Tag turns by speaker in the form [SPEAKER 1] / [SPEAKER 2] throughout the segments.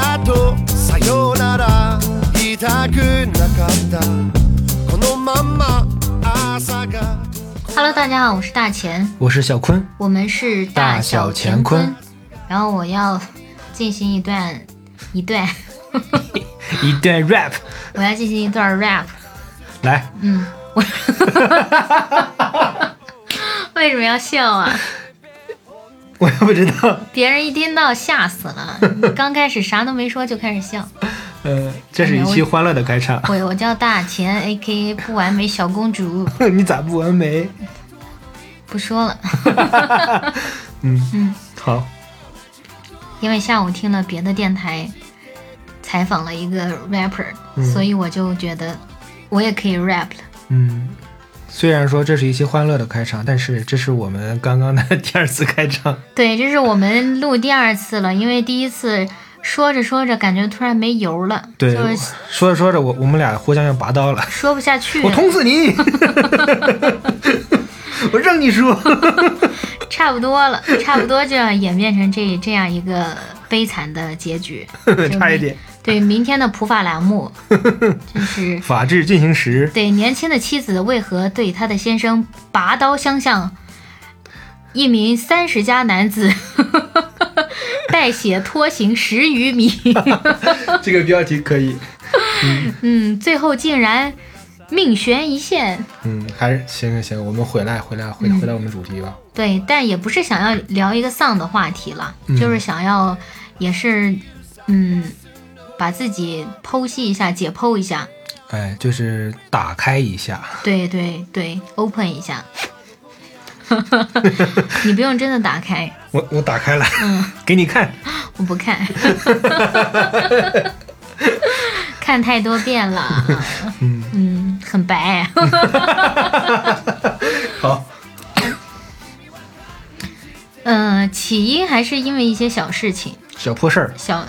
[SPEAKER 1] あとさよなら言いたくなかったこのまんま朝が
[SPEAKER 2] Hello，大家好，我是大钱，
[SPEAKER 3] 我是小坤，
[SPEAKER 2] 我们是
[SPEAKER 3] 大小乾坤。
[SPEAKER 2] 然后我要进行一段一段，
[SPEAKER 3] 一段 rap
[SPEAKER 2] 我要进行一段 rap。
[SPEAKER 3] 来，
[SPEAKER 2] 嗯，我为什么要笑啊？
[SPEAKER 3] 我也不知道，
[SPEAKER 2] 别人一听到吓死 了，刚开始啥都没说就开始笑。
[SPEAKER 3] 呃，这是一期欢乐的开场。
[SPEAKER 2] 我我叫大钱，A K A 不完美小公主，
[SPEAKER 3] 你咋不完美？
[SPEAKER 2] 不说了，
[SPEAKER 3] 嗯嗯，好，
[SPEAKER 2] 因为下午听了别的电台采访了一个 rapper，、所以我就觉得我也可以 rap 了。
[SPEAKER 3] 嗯，虽然说这是一期欢乐的开场，但是这是我们刚刚的第二次开 场。
[SPEAKER 2] 对，这是我们录第二次了，因为第一次说着说着感觉突然没油了，
[SPEAKER 3] 对，
[SPEAKER 2] 就
[SPEAKER 3] 我
[SPEAKER 2] 是
[SPEAKER 3] 说着说着，我我们俩互相要拔刀了，
[SPEAKER 2] 说不下去
[SPEAKER 3] 我
[SPEAKER 2] 了，
[SPEAKER 3] 捅死 你！我让你说，
[SPEAKER 2] 差不多了，差不多就要演变成这这样一个悲惨的结 局。
[SPEAKER 3] 差一点。
[SPEAKER 2] 对，明天的普法栏目就是
[SPEAKER 3] 法治进行时，
[SPEAKER 2] 对年轻的妻子为何对她的先生拔刀相向？一名三十加男子 带血拖行十余米，
[SPEAKER 3] 这个标题可以。
[SPEAKER 2] 嗯，最后竟然命悬一线。
[SPEAKER 3] 嗯，还是行行行，我们回来回来回回到我们主题吧。
[SPEAKER 2] 对，但也不是想要聊一个丧的话题了，
[SPEAKER 3] 嗯
[SPEAKER 2] 就是想要，也是，嗯，把自己剖析一下，解剖一下，
[SPEAKER 3] 哎，就是打开一下。
[SPEAKER 2] 对对对，open 一下。 你不用真的打开，
[SPEAKER 3] 我我打开了，
[SPEAKER 2] 嗯
[SPEAKER 3] 给你看。
[SPEAKER 2] 我不看， 看太多遍了，嗯很白。
[SPEAKER 3] 好，
[SPEAKER 2] 嗯、起因还是因为一些小事情，
[SPEAKER 3] 小破事儿。
[SPEAKER 2] 小，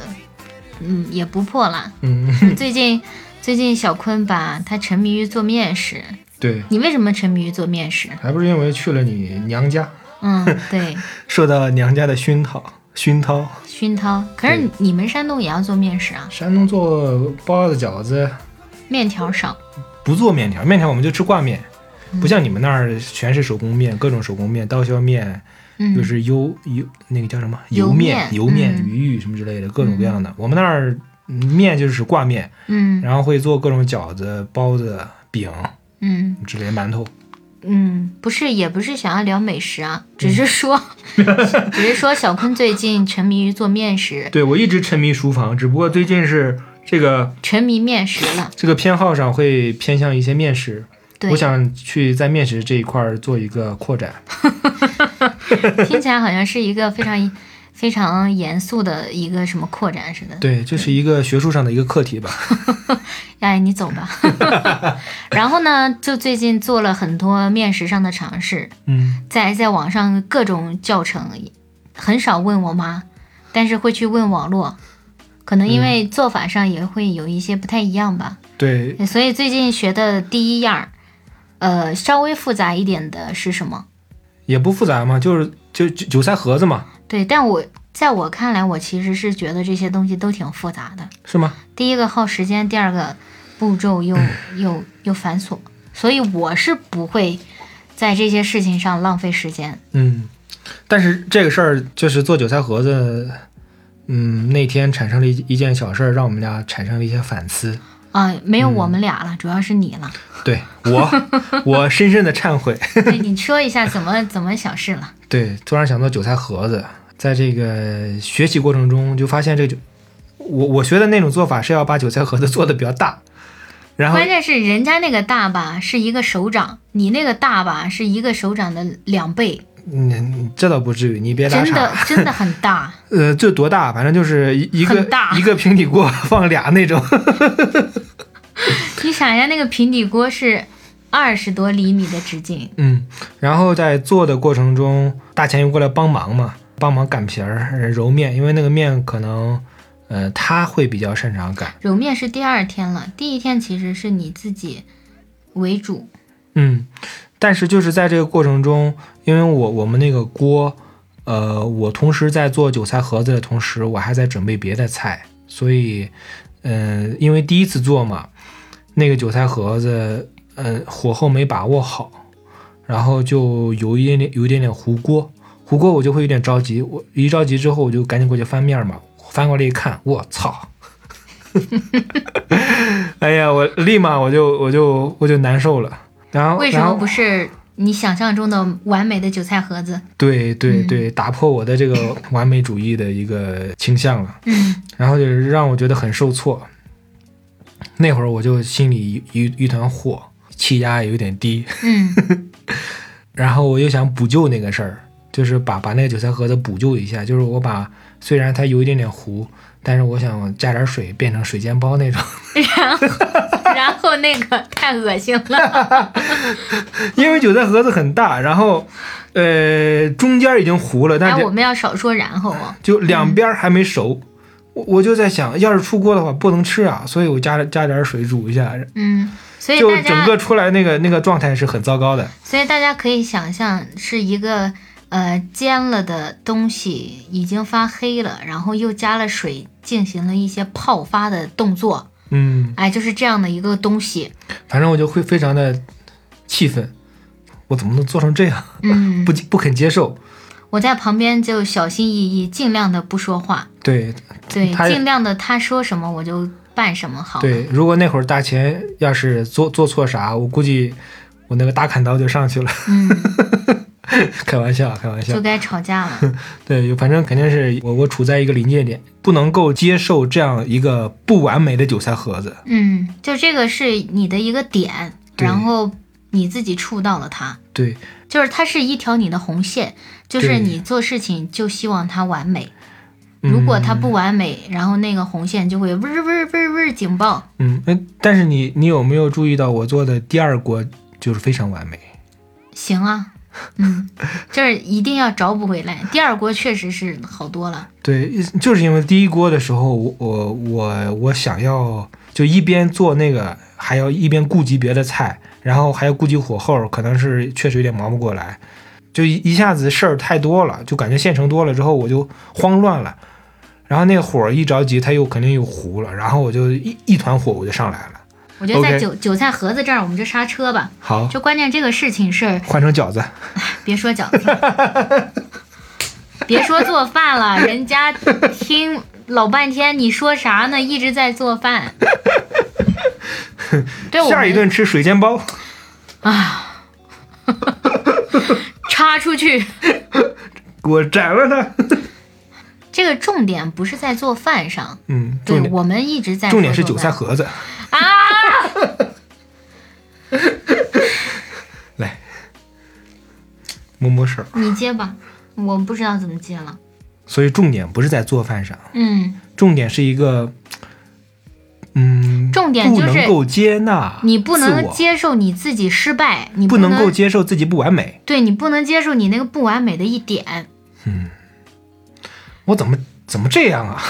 [SPEAKER 2] 嗯，也不破啦。
[SPEAKER 3] 嗯，
[SPEAKER 2] 最近最近小坤吧，他沉迷于做面食。
[SPEAKER 3] 对，
[SPEAKER 2] 你为什么沉迷于做面食？
[SPEAKER 3] 还不是因为去了你娘家，
[SPEAKER 2] 嗯，对，
[SPEAKER 3] 受到娘家的熏陶。熏陶，
[SPEAKER 2] 熏陶。可是
[SPEAKER 3] 对
[SPEAKER 2] 你们山东也要做面食啊？
[SPEAKER 3] 山东做包子、饺子
[SPEAKER 2] 面条少，
[SPEAKER 3] 不做面条，面条我们就吃挂面，
[SPEAKER 2] 嗯
[SPEAKER 3] 不像你们那儿全是手工面，各种手工面，刀削面，
[SPEAKER 2] 嗯，
[SPEAKER 3] 就是油油那个叫什么
[SPEAKER 2] 油
[SPEAKER 3] 油
[SPEAKER 2] 面
[SPEAKER 3] 油面、
[SPEAKER 2] 嗯
[SPEAKER 3] 鱼玉什么之类的，各种各样的。我们那儿嗯面就是挂面，
[SPEAKER 2] 嗯
[SPEAKER 3] 然后会做各种饺子、包子、饼
[SPEAKER 2] 嗯
[SPEAKER 3] 之类的馒头。
[SPEAKER 2] 嗯，不是，也不是想要聊美食啊，只是说，
[SPEAKER 3] 嗯
[SPEAKER 2] 只是说小坤最近沉迷于做面食，
[SPEAKER 3] 对我一直沉迷书房，只不过最近是这个
[SPEAKER 2] 沉迷面食了。
[SPEAKER 3] 这个偏好上会偏向一些面食。
[SPEAKER 2] 对
[SPEAKER 3] 我，想去在面食这一块儿做一个扩展。
[SPEAKER 2] 听起来好像是一个非常非常严肃的一个什么扩展似的。
[SPEAKER 3] 对，这是一个学术上的一个课题吧。
[SPEAKER 2] 哎，你走吧。 然后呢，就最近做了很多面食上的尝试，
[SPEAKER 3] 嗯，
[SPEAKER 2] 在在网上各种教程，很少问我妈，但是会去问网络，可能因为做法上也会有一些不太一样吧。
[SPEAKER 3] 对，
[SPEAKER 2] 所以最近学的第一样儿，呃，稍微复杂一点的是什么？
[SPEAKER 3] 也不复杂嘛，就是就就韭菜盒子嘛，
[SPEAKER 2] 对，但我在我看来，我其实是觉得这些东西都挺复杂的。
[SPEAKER 3] 是吗？
[SPEAKER 2] 第一个耗时间，第二个步骤 又又又繁琐，所以我是不会在这些事情上浪费时间。
[SPEAKER 3] 嗯，但是这个事儿就是做韭菜盒子，嗯，那天产生了一一件小事儿，让我们俩产生了一些反思。
[SPEAKER 2] 啊、没有我
[SPEAKER 3] 嗯
[SPEAKER 2] 们俩了，主要是你了。
[SPEAKER 3] 对我， 我深深的忏悔。
[SPEAKER 2] 对，你说一下怎么怎么小事了？
[SPEAKER 3] 对，突然想到韭菜盒子，在这个学习过程中就发现这个韭，我我学的那种做法是要把韭菜盒子做的比较大，然后
[SPEAKER 2] 关键是人家那个大吧是一个手掌，你那个大吧是一个手掌的两倍，
[SPEAKER 3] 嗯，这倒不至于，你别打
[SPEAKER 2] 真的
[SPEAKER 3] 岔，
[SPEAKER 2] 真的很大。
[SPEAKER 3] 呃，这多大？反正就是一一个
[SPEAKER 2] 很大
[SPEAKER 3] 一个平底锅放俩那种，
[SPEAKER 2] 你想一下，那个平底锅是二十多厘米的直径，
[SPEAKER 3] 嗯，然后在做的过程中，大钱又过来帮忙嘛，帮忙擀皮儿、揉面，因为那个面可能，呃，他会比较擅长擀，
[SPEAKER 2] 揉面是第二天了，第一天其实是你自己为主。
[SPEAKER 3] 嗯，但是就是在这个过程中，因为我我们那个锅，呃，我同时在做韭菜盒子的同时，我还在准备别的菜，所以，嗯、因为第一次做嘛，那个韭菜盒子，嗯、火候没把握好，然后就有一点点有一点点糊锅，糊锅我就会有点着急，我一着急之后我就赶紧过去翻面嘛，翻过来一看，我操！ 哎呀，我立马我就我就我就难受了，然后
[SPEAKER 2] 为什
[SPEAKER 3] 然
[SPEAKER 2] 么
[SPEAKER 3] 后
[SPEAKER 2] 不是你想象中的完美的韭菜盒子？
[SPEAKER 3] 对对
[SPEAKER 2] 嗯
[SPEAKER 3] 对，打破我的这个完美主义的一个倾向了，
[SPEAKER 2] 嗯
[SPEAKER 3] 然后就是让我觉得很受挫。那会儿我就心里一一一团火，气压也有点低，
[SPEAKER 2] 嗯
[SPEAKER 3] 然后我又想补救那个事儿，就是把把那个韭菜盒子补救一下，就是我把虽然它有一点点糊，但是我想加点水变成水煎包那种，
[SPEAKER 2] 然后那个太恶心了。
[SPEAKER 3] 因为韭菜盒子很大，然后呃中间已经糊了，但
[SPEAKER 2] 哎，
[SPEAKER 3] 是
[SPEAKER 2] 我们要少说然后哦。
[SPEAKER 3] 就两边儿还没熟，我我就在想，要是出锅的话不能吃啊，所以我加了加点儿水煮一下，
[SPEAKER 2] 嗯，所以
[SPEAKER 3] 就
[SPEAKER 2] 大
[SPEAKER 3] 整
[SPEAKER 2] 家
[SPEAKER 3] 个出来那个那个状态是很糟糕的。
[SPEAKER 2] 所以大家可以想象，是一个呃煎了的东西已经发黑了，然后又加了水进行了一些泡发的动作，
[SPEAKER 3] 嗯，
[SPEAKER 2] 哎，就是这样的一个东西。
[SPEAKER 3] 反正我就会非常的气愤，我怎么能做成这样？
[SPEAKER 2] 嗯
[SPEAKER 3] 不，不肯接受。
[SPEAKER 2] 我在旁边就小心翼翼，尽量的不说话，
[SPEAKER 3] 对
[SPEAKER 2] 对，
[SPEAKER 3] 他
[SPEAKER 2] 尽量的他说什么我就办什么好。
[SPEAKER 3] 对，如果那会儿大钱要是做做错啥，我估计我那个大砍刀就上去了。
[SPEAKER 2] 嗯，
[SPEAKER 3] 开玩笑，开玩笑
[SPEAKER 2] 就。该吵架了。
[SPEAKER 3] 对，反正肯定是我我处在一个临界点，不能够接受这样一个不完美的韭菜盒子。
[SPEAKER 2] 嗯，就这个是你的一个点，
[SPEAKER 3] 对
[SPEAKER 2] 然后你自己触到了它。
[SPEAKER 3] 对，
[SPEAKER 2] 就是它是一条你的红线，就是
[SPEAKER 3] 对
[SPEAKER 2] 你做事情就希望它完美，
[SPEAKER 3] 嗯
[SPEAKER 2] 如果它不完美，然后那个红线就会嗡嗡嗡嗡警报。
[SPEAKER 3] 嗯，嗯，但是你你有没有注意到我做的第二锅就是非常完美？
[SPEAKER 2] 行啊，嗯，就是一定要找补回来。第二锅确实是好多了，
[SPEAKER 3] 对，就是因为第一锅的时候，我我我我想要就一边做那个，还要一边顾及别的菜，然后还要顾及火候，可能是确实有点忙不过来，就一一下子事儿太多了，就感觉现成多了之后我就慌乱了，然后那个火儿一着急，它又肯定又糊了，然后我就一一团火我就上来了。
[SPEAKER 2] 我觉得在
[SPEAKER 3] OK
[SPEAKER 2] 韭韭菜盒子这儿我们就刹车吧。
[SPEAKER 3] 好，
[SPEAKER 2] 就关键这个事情是，
[SPEAKER 3] 换成饺子，
[SPEAKER 2] 别说饺子 了，别说做饭了，人家听老半天你说啥呢？一直在做 饭。对，我
[SPEAKER 3] 下一
[SPEAKER 2] 们
[SPEAKER 3] 顿吃水煎包，
[SPEAKER 2] 插出去。
[SPEAKER 3] 给我斩了它。
[SPEAKER 2] 这个重点不是在做饭上，
[SPEAKER 3] 嗯，
[SPEAKER 2] 对
[SPEAKER 3] 重点
[SPEAKER 2] 我们一直在
[SPEAKER 3] 重点是
[SPEAKER 2] 说做
[SPEAKER 3] 韭菜
[SPEAKER 2] 饭
[SPEAKER 3] 盒子，
[SPEAKER 2] 啊！
[SPEAKER 3] 来摸摸手。
[SPEAKER 2] 你接吧，我不知道怎么接了。
[SPEAKER 3] 所以重点不是在做饭上，
[SPEAKER 2] 嗯，
[SPEAKER 3] 重点是一个，嗯，
[SPEAKER 2] 重点
[SPEAKER 3] 不
[SPEAKER 2] 就是
[SPEAKER 3] 能够接纳
[SPEAKER 2] 你不
[SPEAKER 3] 自
[SPEAKER 2] 能
[SPEAKER 3] 我，
[SPEAKER 2] 接受你自己失败，你
[SPEAKER 3] 不
[SPEAKER 2] 能
[SPEAKER 3] 能够接受自己不完美。
[SPEAKER 2] 对你不能接受你那个不完美的一点，
[SPEAKER 3] 我怎么怎么这样啊？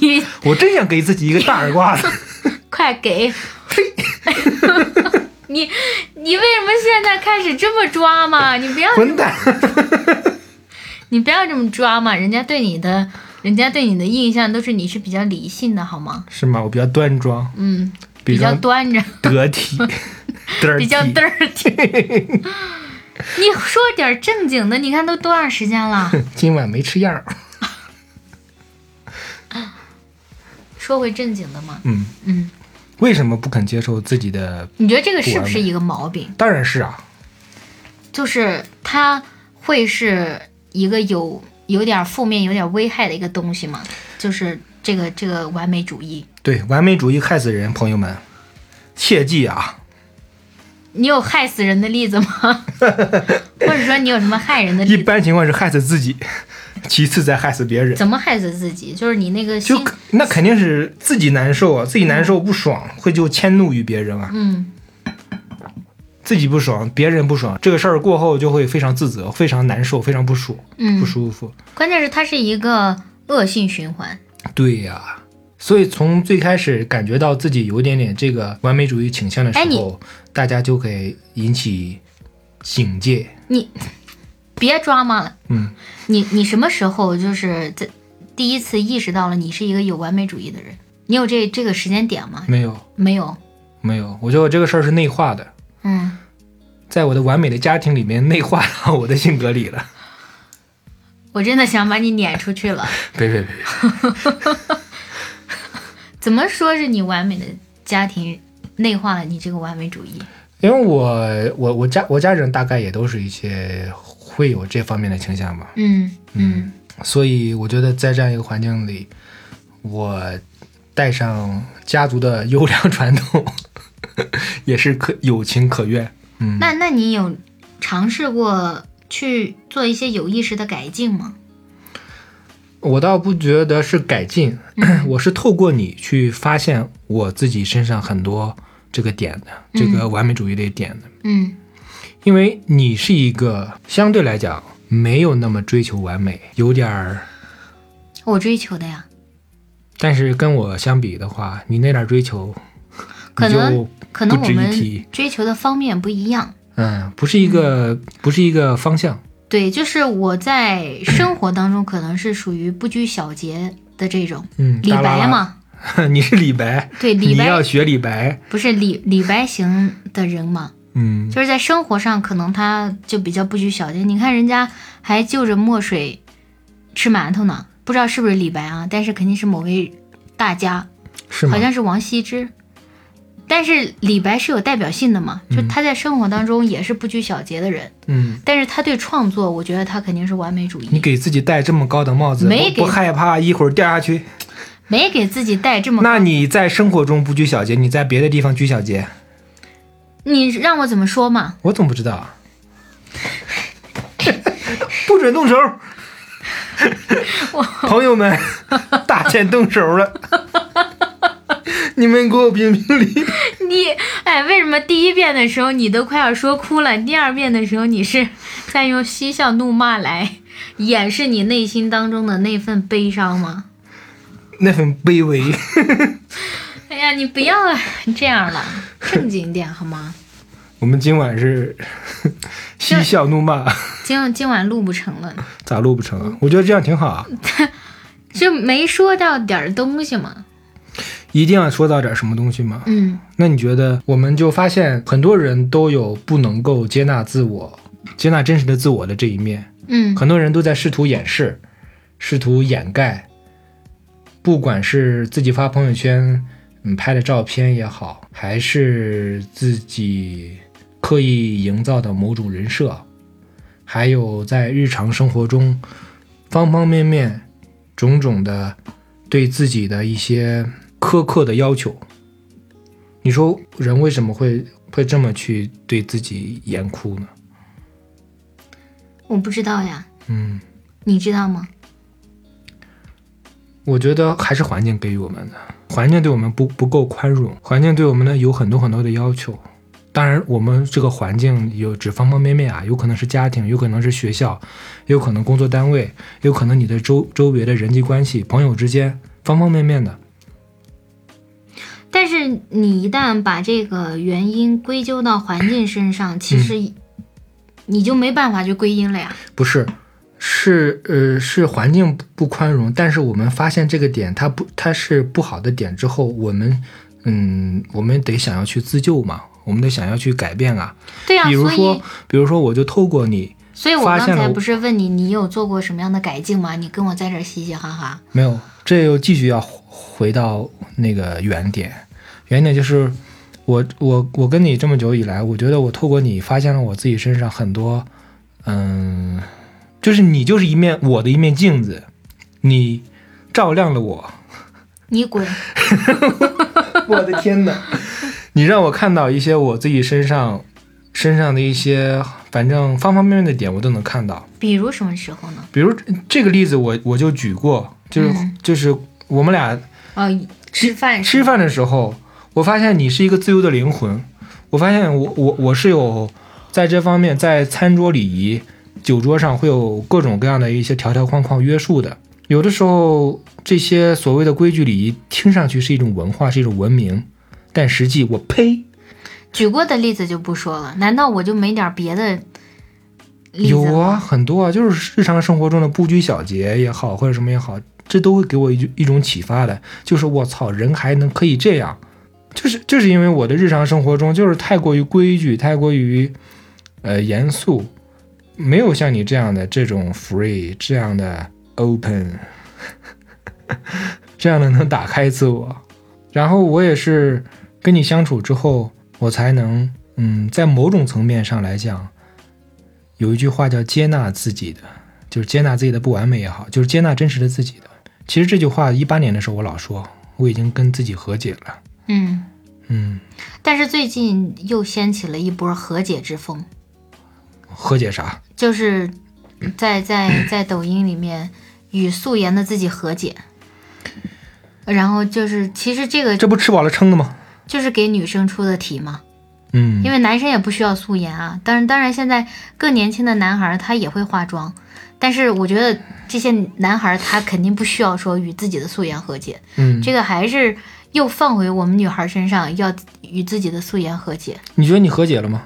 [SPEAKER 2] 你
[SPEAKER 3] 我真想给自己一个大耳刮子。
[SPEAKER 2] 快给！ 你你为什么现在开始这么抓嘛？你不要
[SPEAKER 3] 混蛋！
[SPEAKER 2] 你不要这么抓嘛！人家对你的人家对你的印象都是你是比较理性的，好吗？
[SPEAKER 3] 是吗？我比较端庄，
[SPEAKER 2] 嗯，
[SPEAKER 3] 比
[SPEAKER 2] 比较
[SPEAKER 3] 较
[SPEAKER 2] 端着。
[SPEAKER 3] 得体，得
[SPEAKER 2] 比较
[SPEAKER 3] 体
[SPEAKER 2] dirty。你说点儿正经的，你看都多长时间了？
[SPEAKER 3] 今晚没吃药儿。
[SPEAKER 2] 说回正经的嘛，
[SPEAKER 3] 嗯，
[SPEAKER 2] 嗯，
[SPEAKER 3] 为什么不肯接受自己的？
[SPEAKER 2] 你觉得这个是不是一个毛病？
[SPEAKER 3] 当然是啊，
[SPEAKER 2] 就是它会是一个有有点负面、有点危害的一个东西嘛？就是这个这个完美主义，
[SPEAKER 3] 对，完美主义害死人，朋友们，切记啊。
[SPEAKER 2] 你有害死人的例子吗？ 或者说你有什么害人的
[SPEAKER 3] 一
[SPEAKER 2] 例子？
[SPEAKER 3] 般情况是害死自己，其次再害死别人。
[SPEAKER 2] 怎么害死自己？就是你那个心
[SPEAKER 3] 就，那肯定是自己难受啊，自己难受不爽，会就迁怒于别人啊。
[SPEAKER 2] 嗯
[SPEAKER 3] 自己不爽，别人不爽，这个事儿过后就会非常自责，非常难受，非常不舒
[SPEAKER 2] 嗯
[SPEAKER 3] 不，舒服。
[SPEAKER 2] 关键是它是一个恶性循环。
[SPEAKER 3] 对呀、所以从最开始感觉到自己有点点这个完美主义倾向的时
[SPEAKER 2] 哎你
[SPEAKER 3] 候，大家就会引起警戒。
[SPEAKER 2] 你别抓嘛了。
[SPEAKER 3] 嗯，
[SPEAKER 2] 你你什么时候就是在第一次意识到了你是一个有完美主义的人？你有这这个时间点吗？
[SPEAKER 3] 没有
[SPEAKER 2] 没有，
[SPEAKER 3] 没有，我觉得我这个事儿是内化的，
[SPEAKER 2] 嗯，
[SPEAKER 3] 在我的完美的家庭里面内化到我的性格里了。
[SPEAKER 2] 我真的想把你撵出去了。
[SPEAKER 3] 别别别，
[SPEAKER 2] 怎么说是你完美的家庭内化了你这个完美主义？
[SPEAKER 3] 因为我我我家我家人大概也都是一些会有这方面的倾向吧，
[SPEAKER 2] 嗯嗯
[SPEAKER 3] 所以我觉得在这样一个环境里，我带上家族的优良传统， 也是可有情可原。嗯，
[SPEAKER 2] 那那你有尝试过去做一些有意识的改进吗？
[SPEAKER 3] 我倒不觉得是改进， 我是透过你去发现我自己身上很多这个点的，这个完美主义的点的。
[SPEAKER 2] 嗯
[SPEAKER 3] 因为你是一个相对来讲没有那么追求完美，有点儿，
[SPEAKER 2] 我追求的呀，
[SPEAKER 3] 但是跟我相比的话，你那点儿追求，
[SPEAKER 2] 可
[SPEAKER 3] 你就
[SPEAKER 2] 能可能
[SPEAKER 3] 不
[SPEAKER 2] 我
[SPEAKER 3] 值一
[SPEAKER 2] 们
[SPEAKER 3] 提
[SPEAKER 2] 追求的方面不一样。
[SPEAKER 3] 嗯，不是一个、不是一个方向。
[SPEAKER 2] 对，就是我在生活当中可能是属于不拘小节的这种。
[SPEAKER 3] 嗯，
[SPEAKER 2] 李
[SPEAKER 3] 大拉
[SPEAKER 2] 白
[SPEAKER 3] 拉，
[SPEAKER 2] 嘛，
[SPEAKER 3] 你是李白，
[SPEAKER 2] 对，李
[SPEAKER 3] 你要
[SPEAKER 2] 白
[SPEAKER 3] 学李白，
[SPEAKER 2] 不是李李白型的人嘛，
[SPEAKER 3] 嗯，
[SPEAKER 2] 就是在生活上可能他就比较不拘小节。你看人家还就着墨水吃馒头呢，不知道是不是李白啊，但是肯定是某位大家。
[SPEAKER 3] 是吗
[SPEAKER 2] 好？像是王羲之。但是李白是有代表性的嘛，就他在生活当中也是不拘小节的人，
[SPEAKER 3] 嗯，
[SPEAKER 2] 但是他对创作，我觉得他肯定是完美主
[SPEAKER 3] 你
[SPEAKER 2] 义，
[SPEAKER 3] 给自己戴这么高的帽子，
[SPEAKER 2] 没
[SPEAKER 3] 不不
[SPEAKER 2] 给
[SPEAKER 3] 害怕一会儿掉下去？
[SPEAKER 2] 没给自己带这么
[SPEAKER 3] 那你在生活中不拘小节，你在别的地方拘小节，
[SPEAKER 2] 你让我怎么说嘛？
[SPEAKER 3] 我怎么不知道啊？不准动手！朋友们，大剑动手了，你们给我评评理。
[SPEAKER 2] 你哎，为什么第一遍的时候你都快要说哭了，第二遍的时候你是在用嬉笑怒骂来掩饰你内心当中的那份悲伤吗？
[SPEAKER 3] 那份卑微，
[SPEAKER 2] 哎呀，你不要这样了，正经点好吗？
[SPEAKER 3] 我们今晚是嬉笑怒骂，
[SPEAKER 2] 今今晚录不成了。
[SPEAKER 3] 咋录不成啊？我觉得这样挺好啊，
[SPEAKER 2] 就没说到点儿东西嘛。
[SPEAKER 3] 一定要说到点什么东西吗？
[SPEAKER 2] 嗯，
[SPEAKER 3] 那你觉得，我们就发现很多人都有不能够接纳自我、接纳真实的自我的这一面，
[SPEAKER 2] 嗯
[SPEAKER 3] 很多人都在试图掩饰、试图掩盖，不管是自己发朋友圈，嗯，拍的照片也好，还是自己刻意营造的某种人设，还有在日常生活中方方面面、种种的对自己的一些苛刻的要求。你说人为什么会会这么去对自己严酷呢？
[SPEAKER 2] 我不知道呀，
[SPEAKER 3] 嗯，
[SPEAKER 2] 你知道吗？
[SPEAKER 3] 我觉得还是环境给予我们的，环境对我们不不够宽容，环境对我们呢有很多很多的要求。当然，我们这个环境有指方方面面啊，有可能是家庭，有可能是学校，有可能工作单位，有可能你的周周围的人际关系、朋友之间，方方面面的。
[SPEAKER 2] 但是你一旦把这个原因归咎到环境身上，其
[SPEAKER 3] 嗯
[SPEAKER 2] 实你就没办法去归因了呀。
[SPEAKER 3] 不是，是呃是环境不不宽容，但是我们发现这个点它不它是不好的点之后，我们嗯我们得想要去自救嘛，我们得想要去改变啊。
[SPEAKER 2] 对呀、
[SPEAKER 3] 比如
[SPEAKER 2] 所
[SPEAKER 3] 说
[SPEAKER 2] 以，
[SPEAKER 3] 比如说我就透过你，
[SPEAKER 2] 所以我
[SPEAKER 3] 发
[SPEAKER 2] 刚
[SPEAKER 3] 现了
[SPEAKER 2] 才
[SPEAKER 3] 我
[SPEAKER 2] 不是问你，你有做过什么样的改进吗？你跟我在这儿嘻嘻哈哈。
[SPEAKER 3] 没有，这又继续要回到那个原点，原点就是我我我跟你这么久以来，我觉得我透过你发现了我自己身上很多，嗯，就是你就是一面我的一面镜子，你照亮了我，
[SPEAKER 2] 你滚！
[SPEAKER 3] 我的天哪！你让我看到一些我自己身上身上的一些，反正方方面面的点我都能看到。
[SPEAKER 2] 比如什么时候呢？
[SPEAKER 3] 比如这个例子我，我就举过，就是、
[SPEAKER 2] 嗯
[SPEAKER 3] 就是我们俩
[SPEAKER 2] 哦，吃饭
[SPEAKER 3] 吃饭的时候，我发现你是一个自由的灵魂，我发现我我我是有在这方面，在餐桌礼仪、酒桌上会有各种各样的一些条条框框约束的。有的时候，这些所谓的规矩礼仪听上去是一种文化，是一种文明，但实际我呸，
[SPEAKER 2] 举过的例子就不说了，难道我就没点儿别的例子
[SPEAKER 3] 有
[SPEAKER 2] 吗？
[SPEAKER 3] 啊啊，很多啊，就是日常生活中的不拘小节也好，或者什么也好，这都会给我一句一种启发的，就是我操，人还能可以这样，就是就是因为我的日常生活中就是太过于规矩，太过于呃严肃，没有像你这样的这种 free，这样的 open，这样的能打开自我。然后我也是跟你相处之后，我才能嗯，在某种层面上来讲，有一句话叫接纳自己的，就是接纳自己的不完美也好，就是接纳真实的自己的。其实这句话一八年的时候我老说，我已经跟自己和解了。
[SPEAKER 2] 嗯，
[SPEAKER 3] 嗯，
[SPEAKER 2] 但是最近又掀起了一波和解之风，
[SPEAKER 3] 和解啥？
[SPEAKER 2] 就是在在在抖音里面与素颜的自己和解，然后就是其实这个
[SPEAKER 3] 这不吃饱了撑的吗？
[SPEAKER 2] 就是给女生出的题嘛，
[SPEAKER 3] 嗯
[SPEAKER 2] 因为男生也不需要素颜啊。当然，当然现在更年轻的男孩儿他也会化妆，但是我觉得这些男孩儿他肯定不需要说与自己的素颜和解，
[SPEAKER 3] 嗯，
[SPEAKER 2] 这个还是又放回我们女孩儿身上，要与自己的素颜和解。
[SPEAKER 3] 你觉得你和解了吗？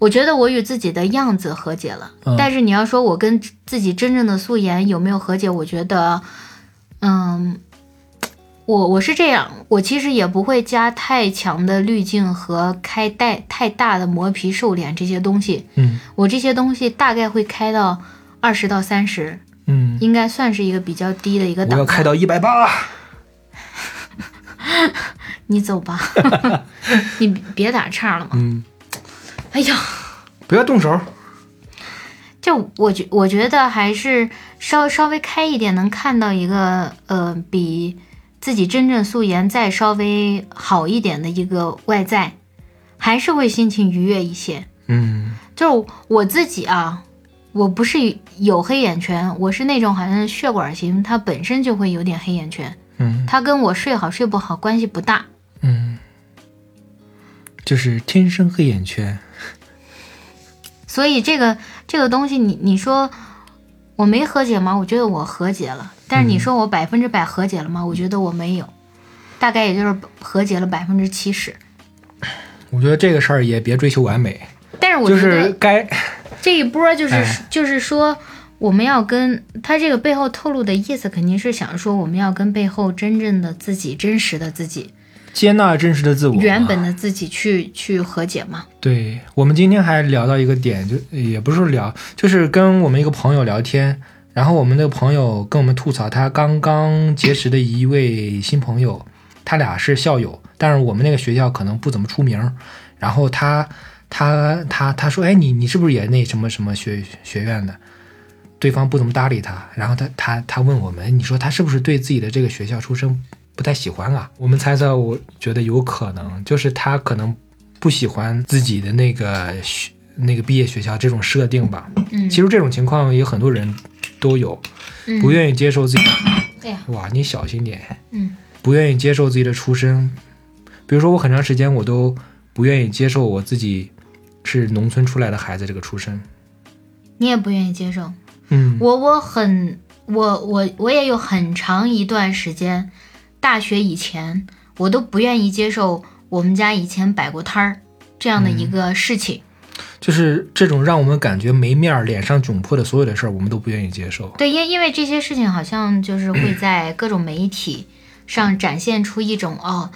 [SPEAKER 2] 我觉得我与自己的样子和解了，
[SPEAKER 3] 嗯
[SPEAKER 2] 但是你要说我跟自己真正的素颜有没有和解，我觉得，嗯，我我是这样，我其实也不会加太强的滤镜和开带太大的磨皮瘦脸这些东西，
[SPEAKER 3] 嗯
[SPEAKER 2] 我这些东西大概会开到二十到三十，
[SPEAKER 3] 嗯，
[SPEAKER 2] 应该算是一个比较低的一个
[SPEAKER 3] 我要
[SPEAKER 2] 档。
[SPEAKER 3] 开到一百八。
[SPEAKER 2] 你走吧， 你别打岔了嘛。
[SPEAKER 3] 嗯，
[SPEAKER 2] 哎呀。
[SPEAKER 3] 不要动手。
[SPEAKER 2] 就我觉我觉得还是稍稍微开一点，能看到一个呃比自己真正素颜再稍微好一点的一个外在，还是会心情愉悦一些。
[SPEAKER 3] 嗯
[SPEAKER 2] 就是我自己啊，我不是有黑眼圈，我是那种好像血管型，它本身就会有点黑眼圈，
[SPEAKER 3] 嗯
[SPEAKER 2] 它跟我睡好睡不好关系不大。
[SPEAKER 3] 嗯，就是天生黑眼圈。
[SPEAKER 2] 所以这个这个东西你，你说我没和解吗？我觉得我和解了，但是
[SPEAKER 3] 嗯
[SPEAKER 2] 你说我百分之百和解了吗？我觉得我没有，大概也就是和解了百分之七十。
[SPEAKER 3] 我觉得这个事儿也别追求完美，
[SPEAKER 2] 但是我
[SPEAKER 3] 就
[SPEAKER 2] 觉
[SPEAKER 3] 是
[SPEAKER 2] 得
[SPEAKER 3] 该
[SPEAKER 2] 这一波就是、
[SPEAKER 3] 哎
[SPEAKER 2] 就是说，我们要跟他这个背后透露的意思，肯定是想说我们要跟背后真正的自己、真实的自己、
[SPEAKER 3] 接纳真实的自我啊嘛。
[SPEAKER 2] 原本的自己去去和解嘛。
[SPEAKER 3] 对我们今天还聊到一个点，就也不是说聊，就是跟我们一个朋友聊天，然后我们那个朋友跟我们吐槽他刚刚结识的一位新朋友，他俩是校友，但是我们那个学校可能不怎么出名儿，然后他他他他说，哎，你你是不是也那什么什么学学院的？对方不怎么搭理他，然后他他他问我们，你说他是不是对自己的这个学校出身不太喜欢啊？我们猜测，我觉得有可能，就是他可能不喜欢自己的那个学那个毕业学校这种设定吧。
[SPEAKER 2] 嗯
[SPEAKER 3] 其实这种情况也很多人都有，
[SPEAKER 2] 嗯，
[SPEAKER 3] 不愿意接受自己。
[SPEAKER 2] 对呀
[SPEAKER 3] 哇，你小心点。
[SPEAKER 2] 嗯
[SPEAKER 3] 不愿意接受自己的出身。比如说，我很长时间我都不愿意接受我自己是农村出来的孩子这个出身。
[SPEAKER 2] 你也不愿意接受。
[SPEAKER 3] 嗯
[SPEAKER 2] 我我很我我我也有很长一段时间，大学以前我都不愿意接受我们家以前摆过摊儿这样的一个事情。
[SPEAKER 3] 就是这种让我们感觉没面儿、脸上窘迫的所有的事儿，我们都不愿意接受。
[SPEAKER 2] 对，因因为这些事情好像就是会在各种媒体上展现出一种哦，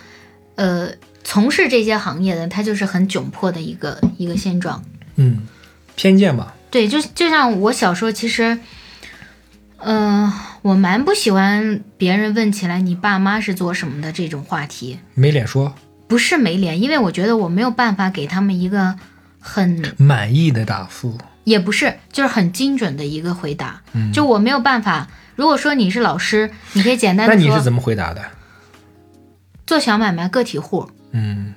[SPEAKER 2] 呃，从事这些行业的他就是很窘迫的一个一个现状。
[SPEAKER 3] 嗯，偏见吧。
[SPEAKER 2] 对，就就像我小时候，其实，嗯、我蛮不喜欢别人问起来你爸妈是做什么的这种话题，
[SPEAKER 3] 没脸说
[SPEAKER 2] 不是没脸，因为我觉得我没有办法给他们一个很，
[SPEAKER 3] 满意的答复，
[SPEAKER 2] 也不是，就是很精准的一个回答，
[SPEAKER 3] 嗯
[SPEAKER 2] 就我没有办法。如果说你是老师，你可以简单
[SPEAKER 3] 那
[SPEAKER 2] 的
[SPEAKER 3] 你是
[SPEAKER 2] 说
[SPEAKER 3] 怎么回答的？
[SPEAKER 2] 做小买卖、个体户，
[SPEAKER 3] 嗯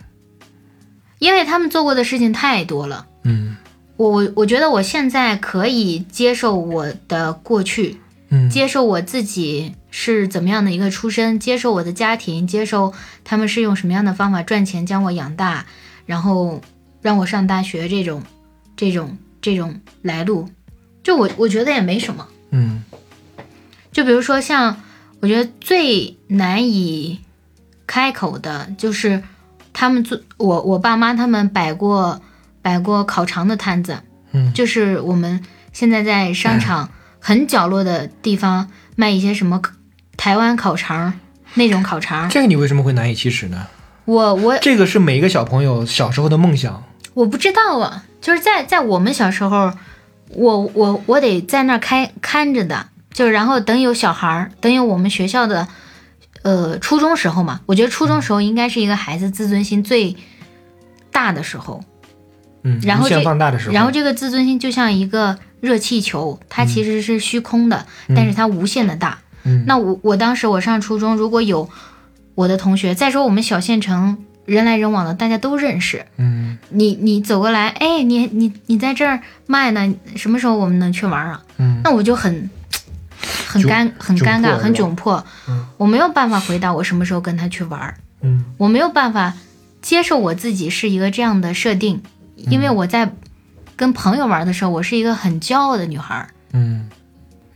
[SPEAKER 2] 因为他们做过的事情太多了。
[SPEAKER 3] 嗯
[SPEAKER 2] 我我我觉得我现在可以接受我的过去，
[SPEAKER 3] 嗯
[SPEAKER 2] 接受我自己是怎么样的一个出身，接受我的家庭，接受他们是用什么样的方法赚钱将我养大，然后让我上大学这种，这种这种来路，就我我觉得也没什么。
[SPEAKER 3] 嗯
[SPEAKER 2] 就比如说像，我觉得最难以开口的就是他们做我我爸妈他们摆过摆过烤肠的摊子，
[SPEAKER 3] 嗯
[SPEAKER 2] 就是我们现在在商场很角落的地方卖一些什么台湾烤肠那种烤肠。
[SPEAKER 3] 这个你为什么会难以启齿呢？
[SPEAKER 2] 我我
[SPEAKER 3] 这个是每一个小朋友小时候的梦想。
[SPEAKER 2] 我不知道啊，就是在在我们小时候，我我我得在那儿开看着的，就是然后等有小孩儿，等有我们学校的，呃，初中时候嘛，我觉得初中时候应该是一个孩子自尊心最大的时候，
[SPEAKER 3] 嗯，
[SPEAKER 2] 然后
[SPEAKER 3] 无限
[SPEAKER 2] 这
[SPEAKER 3] 放大的时候，
[SPEAKER 2] 然后这个自尊心就像一个热气球，它其实是虚空的，
[SPEAKER 3] 嗯
[SPEAKER 2] 但是它无限的大。
[SPEAKER 3] 嗯
[SPEAKER 2] 那我我当时我上初中，如果有我的同学，再说我们小县城人来人往的，大家都认识，
[SPEAKER 3] 嗯
[SPEAKER 2] 你你走过来，哎，你你你在这儿卖呢，什么时候我们能去玩啊？
[SPEAKER 3] 嗯
[SPEAKER 2] 那我就很很尴很
[SPEAKER 3] 窘
[SPEAKER 2] 尴
[SPEAKER 3] 迫
[SPEAKER 2] 尬，
[SPEAKER 3] 是
[SPEAKER 2] 很
[SPEAKER 3] 吧
[SPEAKER 2] 窘迫，
[SPEAKER 3] 嗯
[SPEAKER 2] 我没有办法回答我什么时候跟他去玩儿，
[SPEAKER 3] 嗯
[SPEAKER 2] 我没有办法接受我自己是一个这样的设定，因
[SPEAKER 3] 嗯
[SPEAKER 2] 为我在跟朋友玩的时候，我是一个很骄傲的女孩儿，
[SPEAKER 3] 嗯，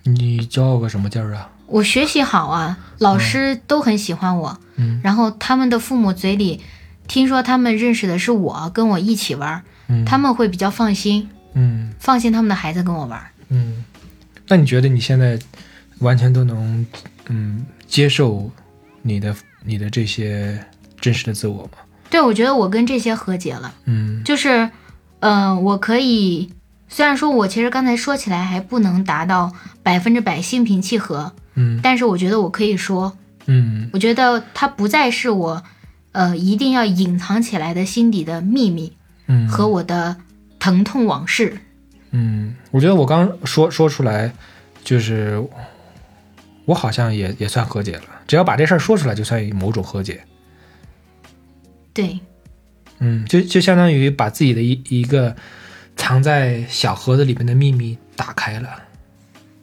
[SPEAKER 3] 你骄傲个什么劲儿啊？
[SPEAKER 2] 我学习好啊，老师都很喜欢我，
[SPEAKER 3] 嗯
[SPEAKER 2] 然后他们的父母嘴里听说他们认识的是我，跟我一起玩儿，
[SPEAKER 3] 嗯，
[SPEAKER 2] 他们会比较放心，
[SPEAKER 3] 嗯
[SPEAKER 2] 放心他们的孩子跟我玩儿。
[SPEAKER 3] 嗯，那你觉得你现在完全都能嗯接受你的你的这些真实的自我吗？
[SPEAKER 2] 对，我觉得我跟这些和解了，
[SPEAKER 3] 嗯
[SPEAKER 2] 就是，呃，我可以，虽然说我其实刚才说起来还不能达到百分之百心平气和，
[SPEAKER 3] 嗯
[SPEAKER 2] 但是我觉得我可以说，
[SPEAKER 3] 嗯
[SPEAKER 2] 我觉得它不再是我，呃，一定要隐藏起来的心底的秘密
[SPEAKER 3] 嗯，
[SPEAKER 2] 和我的疼痛往事。
[SPEAKER 3] 嗯，我觉得我刚说说出来，就是我好像也也算和解了，只要把这事儿说出来，就算某种和解。
[SPEAKER 2] 对，
[SPEAKER 3] 嗯，就就相当于把自己的一一个藏在小盒子里面的秘密打开了，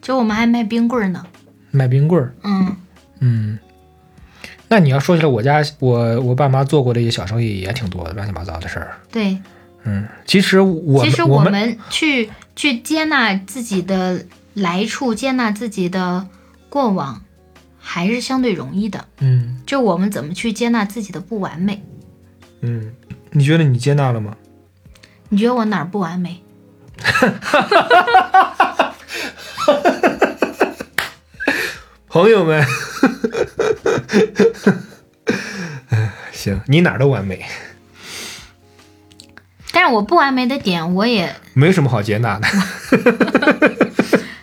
[SPEAKER 2] 就我们还卖冰棍儿呢，
[SPEAKER 3] 卖冰棍儿。
[SPEAKER 2] 嗯，
[SPEAKER 3] 嗯，那你要说起来，我家我我爸妈做过这些小生意也挺多的，乱七八糟的事儿。
[SPEAKER 2] 对，
[SPEAKER 3] 嗯，其实我
[SPEAKER 2] 其实
[SPEAKER 3] 我
[SPEAKER 2] 我
[SPEAKER 3] 们
[SPEAKER 2] 们去去接纳自己的来处，接纳自己的过往，还是相对容易的。
[SPEAKER 3] 嗯
[SPEAKER 2] 就我们怎么去接纳自己的不完美？
[SPEAKER 3] 嗯，你觉得你接纳了吗？
[SPEAKER 2] 你觉得我哪儿不完美？
[SPEAKER 3] 朋友们，哎 行，你哪儿都完美，
[SPEAKER 2] 但是我不完美的点，我也
[SPEAKER 3] 没什么好接纳的。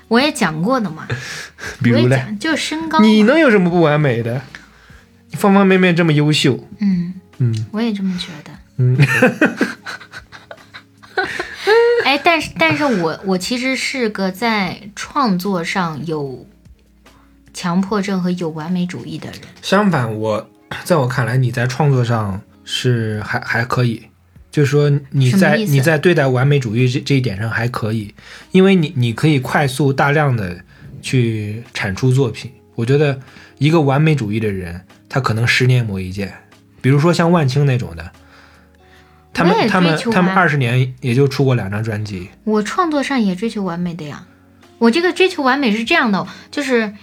[SPEAKER 2] 我也讲过的嘛，
[SPEAKER 3] 比
[SPEAKER 2] 我
[SPEAKER 3] 如
[SPEAKER 2] 也
[SPEAKER 3] 嘞，
[SPEAKER 2] 讲就是身高嘛，
[SPEAKER 3] 你能有什么不完美的？你方方面面这么优秀，
[SPEAKER 2] 嗯，
[SPEAKER 3] 嗯
[SPEAKER 2] 我也这么觉得。
[SPEAKER 3] 嗯
[SPEAKER 2] 哎，但是但是我我其实是个在创作上有强迫症和有完美主义的人。
[SPEAKER 3] 相反，我在我看来，你在创作上是还还可以，就是说你
[SPEAKER 2] 什么
[SPEAKER 3] 在
[SPEAKER 2] 意思
[SPEAKER 3] 你在对待完美主义这这一点上还可以，因为你你可以快速大量的去产出作品。我觉得一个完美主义的人，他可能十年磨一剑，比如说像万青那种的，他
[SPEAKER 2] 我
[SPEAKER 3] 们
[SPEAKER 2] 也
[SPEAKER 3] 他们
[SPEAKER 2] 追求
[SPEAKER 3] 他们
[SPEAKER 2] 完
[SPEAKER 3] 二十年也就出过两张专辑，
[SPEAKER 2] 我创作上也追求完美的呀，我这个追求完美是这样的，就是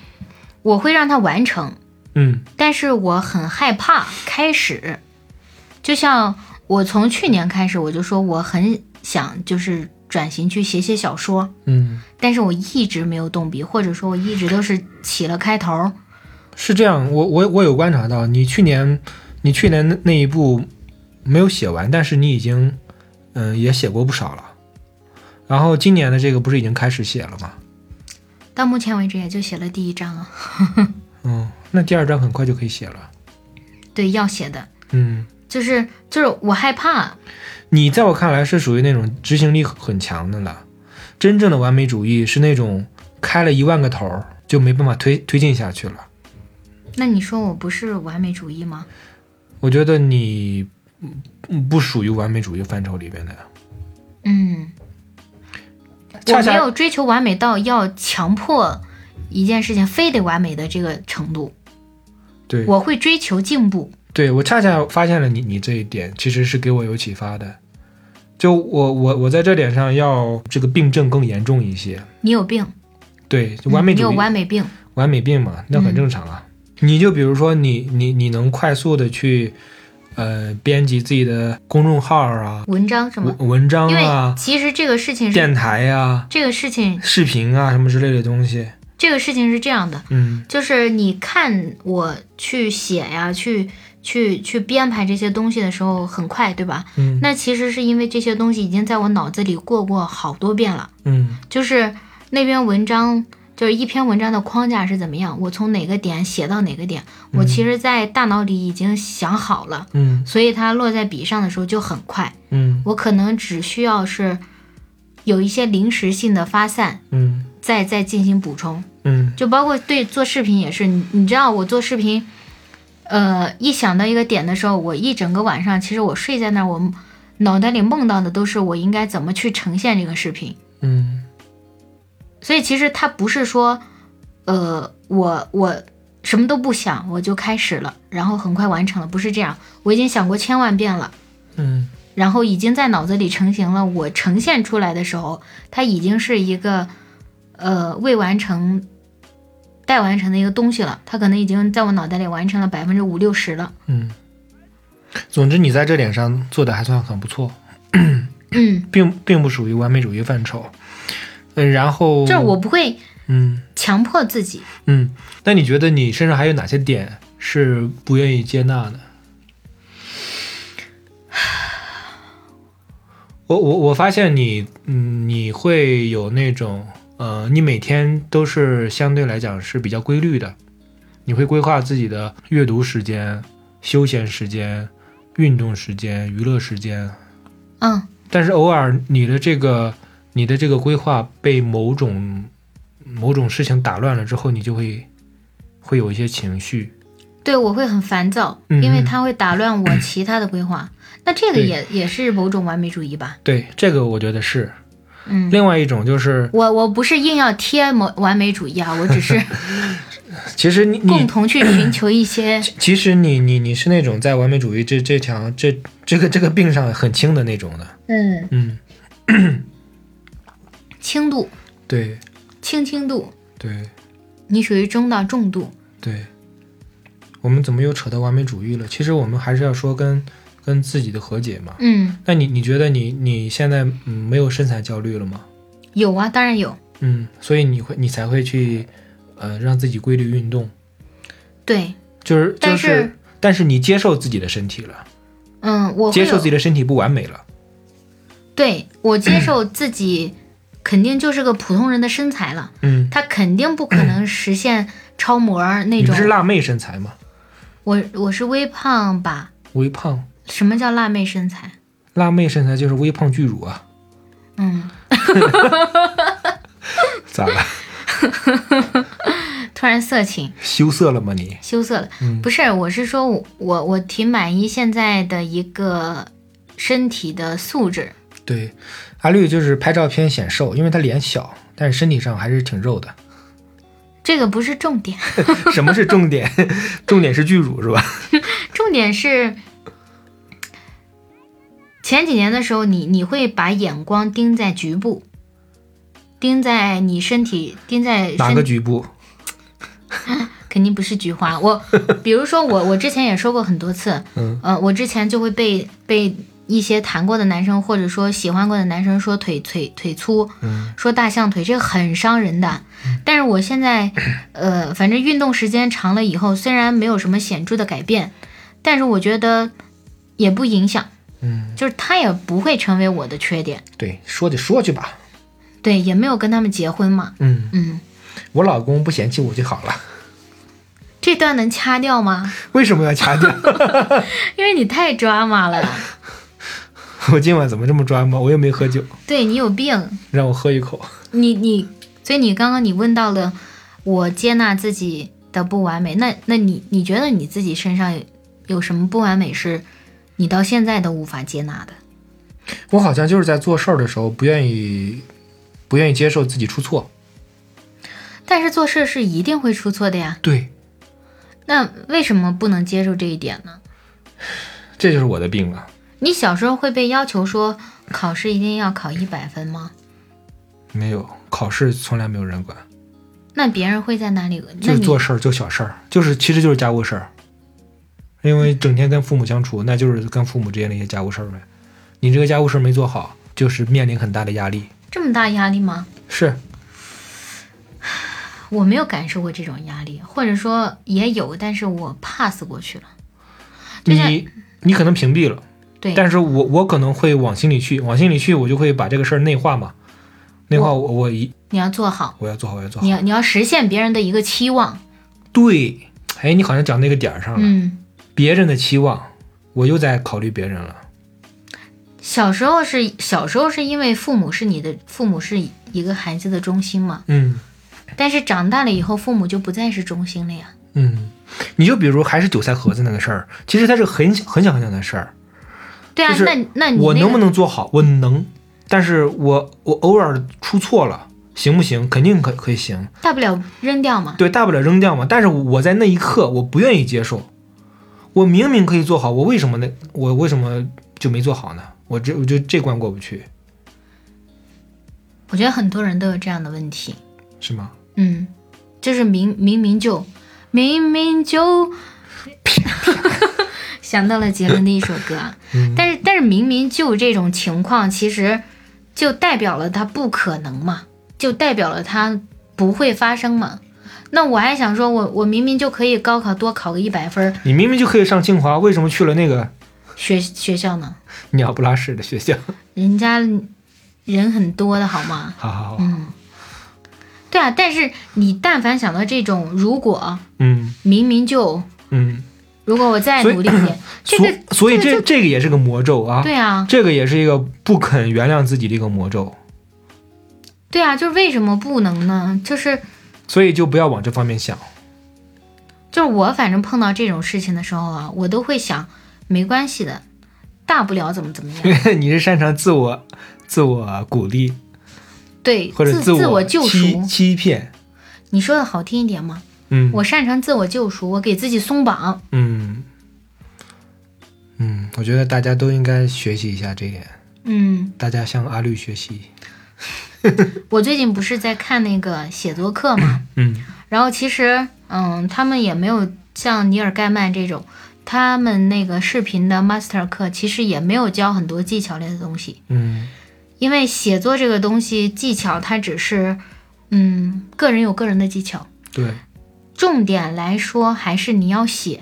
[SPEAKER 2] 我会让它完成，
[SPEAKER 3] 嗯
[SPEAKER 2] 但是我很害怕开始，就像我从去年开始，我就说我很想就是转型去写写小说，
[SPEAKER 3] 嗯。
[SPEAKER 2] 但是我一直没有动笔，或者说我一直都是起了开头。
[SPEAKER 3] 是这样，我我我有观察到，你去年你去年那那一部没有写完，但是你已经嗯、也写过不少了。然后今年的这个不是已经开始写了吗？
[SPEAKER 2] 到目前为止也就写了第一章啊，
[SPEAKER 3] 嗯，那第二章很快就可以写了。
[SPEAKER 2] 对，要写的
[SPEAKER 3] 嗯，
[SPEAKER 2] 就是就是我害怕，
[SPEAKER 3] 你在我看来是属于那种执行力很强的了。真正的完美主义是那种开了一万个头儿就没办法推推进下去了。
[SPEAKER 2] 那你说我不是完美主义吗？
[SPEAKER 3] 我觉得你嗯不属于完美主义范畴里边的。
[SPEAKER 2] 嗯。我
[SPEAKER 3] 恰恰
[SPEAKER 2] 没有追求完美到要强迫一件事情非得完美的这个程度，
[SPEAKER 3] 对
[SPEAKER 2] 我会追求进步。
[SPEAKER 3] 对我恰恰发现了你你这一点，其实是给我有启发的。就我我我在这点上要这个病症更严重一些，
[SPEAKER 2] 你有病，
[SPEAKER 3] 对，就完美
[SPEAKER 2] 嗯你
[SPEAKER 3] 主
[SPEAKER 2] 有
[SPEAKER 3] 义、
[SPEAKER 2] 完嗯美病，
[SPEAKER 3] 完美病嘛，那很正常啊。你就比如说你你你能快速的去呃编辑自己的公众号啊、
[SPEAKER 2] 文章什么
[SPEAKER 3] 文？文章
[SPEAKER 2] 因为
[SPEAKER 3] 啊、
[SPEAKER 2] 其实这个事情是
[SPEAKER 3] 电台啊、
[SPEAKER 2] 这个事情
[SPEAKER 3] 视频啊什么之类的东西，
[SPEAKER 2] 这个事情是这样的，
[SPEAKER 3] 嗯
[SPEAKER 2] 就是你看我去写呀，去去去编排这些东西的时候很快，对吧？
[SPEAKER 3] 嗯
[SPEAKER 2] 那其实是因为这些东西已经在我脑子里过过好多遍了，
[SPEAKER 3] 嗯
[SPEAKER 2] 就是那篇文章。就是一篇文章的框架是怎么样，我从哪个点写到哪个点，我其实，在大脑里已经想好了，
[SPEAKER 3] 嗯
[SPEAKER 2] 所以它落在笔上的时候就很快。
[SPEAKER 3] 嗯
[SPEAKER 2] 我可能只需要是有一些临时性的发散，
[SPEAKER 3] 嗯
[SPEAKER 2] 再再进行补充。
[SPEAKER 3] 嗯
[SPEAKER 2] 就包括对做视频也是，你你知道我做视频，呃，一想到一个点的时候，我一整个晚上，其实我睡在那儿，我脑袋里梦到的都是我应该怎么去呈现这个视频。
[SPEAKER 3] 嗯
[SPEAKER 2] 所以其实它不是说，呃，我我什么都不想我就开始了，然后很快完成了，不是这样，我已经想过千万遍了。
[SPEAKER 3] 嗯
[SPEAKER 2] 然后已经在脑子里成型了。我呈现出来的时候，它已经是一个呃未完成、待完成的一个东西了。它可能已经在我脑袋里完成了百分之五六十了。
[SPEAKER 3] 嗯。总之，你在这点上做的还算很不错，
[SPEAKER 2] 嗯，
[SPEAKER 3] 并并不属于完美主义范畴。嗯，然后
[SPEAKER 2] 就是我不会
[SPEAKER 3] 嗯。
[SPEAKER 2] 强迫自己。
[SPEAKER 3] 嗯，那你觉得你身上还有哪些点是不愿意接纳的？ 我我我发现你，嗯，你会有那种，呃，你每天都是相对来讲是比较规律的，你会规划自己的阅读时间、休闲时间、运动时间、娱乐时间，
[SPEAKER 2] 嗯，
[SPEAKER 3] 但是偶尔你的这个你的这个规划被某种某种事情打乱了之后，你就会会有一些情绪。
[SPEAKER 2] 对，我会很烦躁，
[SPEAKER 3] 嗯
[SPEAKER 2] 因为它会打乱 我其他的规划。那这个也也是某种完美主义吧？
[SPEAKER 3] 对，这个我觉得是。
[SPEAKER 2] 嗯。
[SPEAKER 3] 另外一种就是，
[SPEAKER 2] 我我不是硬要贴某完美主义啊，我只 是
[SPEAKER 3] 其实你
[SPEAKER 2] 共
[SPEAKER 3] 你
[SPEAKER 2] 同去寻求一些
[SPEAKER 3] 其实你你你是那种在完美主义这这条这这个这个病上很轻的那种的。
[SPEAKER 2] 嗯
[SPEAKER 3] 嗯，
[SPEAKER 2] 轻度、
[SPEAKER 3] 对
[SPEAKER 2] 轻轻度，
[SPEAKER 3] 对
[SPEAKER 2] 你属于中到重度。
[SPEAKER 3] 对。我们怎么又扯到完美主义了？其实我们还是要说跟跟自己的和解嘛。
[SPEAKER 2] 嗯，
[SPEAKER 3] 那你你觉得你你现在嗯没有身材焦虑了吗？
[SPEAKER 2] 有啊，当然有。
[SPEAKER 3] 嗯，所以你会你才会去，呃，让自己规律运动，
[SPEAKER 2] 对，
[SPEAKER 3] 就是就
[SPEAKER 2] 但
[SPEAKER 3] 是，
[SPEAKER 2] 是
[SPEAKER 3] 但是你接受自己的身体了，
[SPEAKER 2] 嗯，我会
[SPEAKER 3] 接受
[SPEAKER 2] 有
[SPEAKER 3] 自己的身体不完美了，
[SPEAKER 2] 对我接受自己，肯定就是个普通人的身材了。
[SPEAKER 3] 嗯，
[SPEAKER 2] 他肯定不可能实现超模儿那
[SPEAKER 3] 你不
[SPEAKER 2] 种。
[SPEAKER 3] 是辣妹身材吗？
[SPEAKER 2] 我我是微胖吧？
[SPEAKER 3] 微胖，
[SPEAKER 2] 什么叫辣妹身材？
[SPEAKER 3] 辣妹身材就是微胖巨乳啊，
[SPEAKER 2] 嗯，
[SPEAKER 3] 咋了？
[SPEAKER 2] 突然色情
[SPEAKER 3] 羞涩了吗你？
[SPEAKER 2] 羞涩了。
[SPEAKER 3] 嗯
[SPEAKER 2] 不是，我是说我我我挺满意现在的一个身体的素质。
[SPEAKER 3] 对，阿绿就是拍照片显瘦，因为她脸小，但是身体上还是挺 肉的。
[SPEAKER 2] 这个不是重点，
[SPEAKER 3] 什么是重点？重点是巨乳是吧？
[SPEAKER 2] 重点是，前几年的时候你，你会把眼光盯在局部，盯在你身体，盯在
[SPEAKER 3] 哪个
[SPEAKER 2] 身，
[SPEAKER 3] 局部？
[SPEAKER 2] 肯定不是菊 花。我比如说我，我之前也说过很多次，
[SPEAKER 3] 嗯
[SPEAKER 2] 呃，我之前就会被被一些谈过的男生或者说喜欢过的男生说腿腿腿粗，
[SPEAKER 3] 嗯
[SPEAKER 2] 说大象腿，这个很伤人的。但是我现在，呃，反正运动时间长了以后，虽然没有什么显著的改变，但是我觉得也不影响，
[SPEAKER 3] 嗯，
[SPEAKER 2] 就是它也不会成为我的缺点。
[SPEAKER 3] 对，说就说去吧。
[SPEAKER 2] 对，也没有跟他们结婚嘛。
[SPEAKER 3] 嗯，
[SPEAKER 2] 嗯，
[SPEAKER 3] 我老公不嫌弃我就好了。
[SPEAKER 2] 这段能掐掉吗？
[SPEAKER 3] 为什么要掐掉？
[SPEAKER 2] 因为你太抓马了，
[SPEAKER 3] 我今晚怎么这么抓吗？我又没喝酒，
[SPEAKER 2] 对你有病。
[SPEAKER 3] 让我喝一口。
[SPEAKER 2] 你你，所以你刚刚你问到了我接纳自己的不完美，那那你你觉得你自己身上有有什么不完美是你到现在都无法接纳的？
[SPEAKER 3] 我好像就是在做事儿的时候不愿意，不愿意接受自己出错。
[SPEAKER 2] 但是做事是一定会出错的呀，
[SPEAKER 3] 对，
[SPEAKER 2] 那为什么不能接受这一点呢？
[SPEAKER 3] 这就是我的病了。
[SPEAKER 2] 你小时候会被要求说考试一定要考一百分吗？
[SPEAKER 3] 没有考试从来没有人管，
[SPEAKER 2] 那别人会在哪里？
[SPEAKER 3] 就
[SPEAKER 2] 那
[SPEAKER 3] 是
[SPEAKER 2] 你
[SPEAKER 3] 做事儿就小事儿，就是其实就是家务事儿。因为整天跟父母相处，那就是跟父母之间的一些家务事儿呗。你这个家务事儿没做好，就是面临很大的压力。
[SPEAKER 2] 这么大压力吗？
[SPEAKER 3] 是，
[SPEAKER 2] 我没有感受过这种压力，或者说也有，但是我 pass 过去了。就像
[SPEAKER 3] 你你可能屏蔽了，
[SPEAKER 2] 对，
[SPEAKER 3] 但是我我可能会往心里去，往心里去，我就会把这个事儿内化嘛，内化我我一
[SPEAKER 2] 你要做好，
[SPEAKER 3] 我要做好，我要做好
[SPEAKER 2] 你。要你要实现别人的一个期望。
[SPEAKER 3] 对，哎，你好像讲那个点儿上了，
[SPEAKER 2] 嗯，
[SPEAKER 3] 别人的期望，我又在考虑别人了。
[SPEAKER 2] 小时候是小时候是因为父母是你的父母是一个孩子的中心嘛，
[SPEAKER 3] 嗯
[SPEAKER 2] 但是长大了以后，父母就不再是中心了呀。
[SPEAKER 3] 嗯，你就比如还是韭菜盒子那个事儿，其实它是很很小很小的事儿，
[SPEAKER 2] 对啊，
[SPEAKER 3] 就是
[SPEAKER 2] 那那你、那个、
[SPEAKER 3] 我能不能做好？我能，但是我我偶尔出错了，行不行？肯定可可以行，
[SPEAKER 2] 大不了扔掉嘛？
[SPEAKER 3] 对，大不了扔掉嘛。但是我在那一刻，我不愿意接受，我明明可以做好，我为什么那我为什么就没做好呢？我这我就这关过不去，
[SPEAKER 2] 我觉得很多人都有这样的问题。
[SPEAKER 3] 是吗？
[SPEAKER 2] 嗯，就是明明明就明明就， 想到了杰伦的一首歌啊，
[SPEAKER 3] 嗯
[SPEAKER 2] 但是但是明明就这种情况，其实就代表了它不可能嘛，就代表了它不会发生嘛。那我还想说我，我明明就可以高考多考个一百分儿，
[SPEAKER 3] 你明明就可以上清华，为什么去了那个
[SPEAKER 2] 学学校呢？
[SPEAKER 3] 鸟不拉屎的学校？
[SPEAKER 2] 人家人很多的好吗？
[SPEAKER 3] 好好好，
[SPEAKER 2] 嗯，对啊，但是你但凡想到这种，如果
[SPEAKER 3] 嗯
[SPEAKER 2] 明明就，
[SPEAKER 3] 嗯，
[SPEAKER 2] 如果我再
[SPEAKER 3] 所以
[SPEAKER 2] 努力一 点，这个
[SPEAKER 3] 所所以
[SPEAKER 2] 这
[SPEAKER 3] 这
[SPEAKER 2] 个
[SPEAKER 3] 这个也是个魔咒啊，
[SPEAKER 2] 对啊，
[SPEAKER 3] 这个也是一个不肯原谅自己的一个魔咒，
[SPEAKER 2] 对啊，就是为什么不能呢？就是
[SPEAKER 3] 所以就不要往这方面想。
[SPEAKER 2] 就是我反正碰到这种事情的时候啊，我都会想，没关系的，大不了怎么怎么
[SPEAKER 3] 因
[SPEAKER 2] 样，
[SPEAKER 3] 为你是擅长自我、自我鼓励
[SPEAKER 2] 对，
[SPEAKER 3] 或者
[SPEAKER 2] 自自
[SPEAKER 3] 我
[SPEAKER 2] 救
[SPEAKER 3] 欺
[SPEAKER 2] 赎。
[SPEAKER 3] 欺骗。
[SPEAKER 2] 你说的好听一点嘛，
[SPEAKER 3] 嗯，
[SPEAKER 2] 我擅长自我救赎，我给自己松绑。
[SPEAKER 3] 嗯嗯，我觉得大家都应该学习一下这一点，
[SPEAKER 2] 嗯，
[SPEAKER 3] 大家向阿绿学习。
[SPEAKER 2] 我最近不是在看那个写作课嘛，
[SPEAKER 3] 嗯
[SPEAKER 2] 然后其实，嗯，他们也没有像尼尔盖曼这种，他们那个视频的 master 课其实也没有教很多技巧类的东西，
[SPEAKER 3] 嗯
[SPEAKER 2] 因为写作这个东西，技巧它只是，嗯，个人有个人的技巧，
[SPEAKER 3] 对，
[SPEAKER 2] 重点来说还是你要写，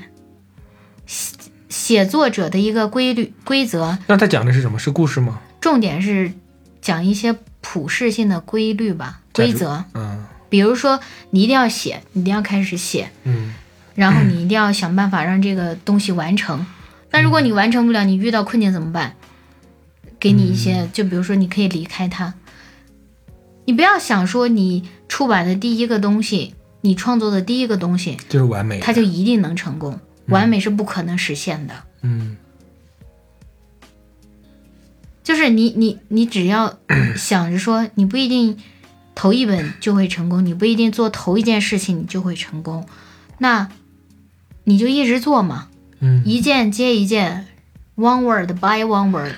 [SPEAKER 2] 写写作者的一个规律规则，
[SPEAKER 3] 那他讲的是什么？是故事吗？
[SPEAKER 2] 重点是讲一些普适性的规律吧，规
[SPEAKER 3] 价值
[SPEAKER 2] 则，
[SPEAKER 3] 嗯
[SPEAKER 2] 比如说你一定要写，你一定要开始写。
[SPEAKER 3] 嗯
[SPEAKER 2] 然后你一定要想办法让这个东西完成。那如果你完成不了，你遇到困境怎么办？给你一些，就比如说你可以离开它。你不要想说你出版的第一个东西，你创作的第一个东西，
[SPEAKER 3] 就是完美的。
[SPEAKER 2] 它就一定能成功。完美是不可能实现的，
[SPEAKER 3] 嗯
[SPEAKER 2] 就是你你你只要想着说，你不一定头一本就会成功，你不一定做头一件事情你就会成功，那你就一直做嘛。
[SPEAKER 3] 嗯，
[SPEAKER 2] 一件接一件，one word by one word。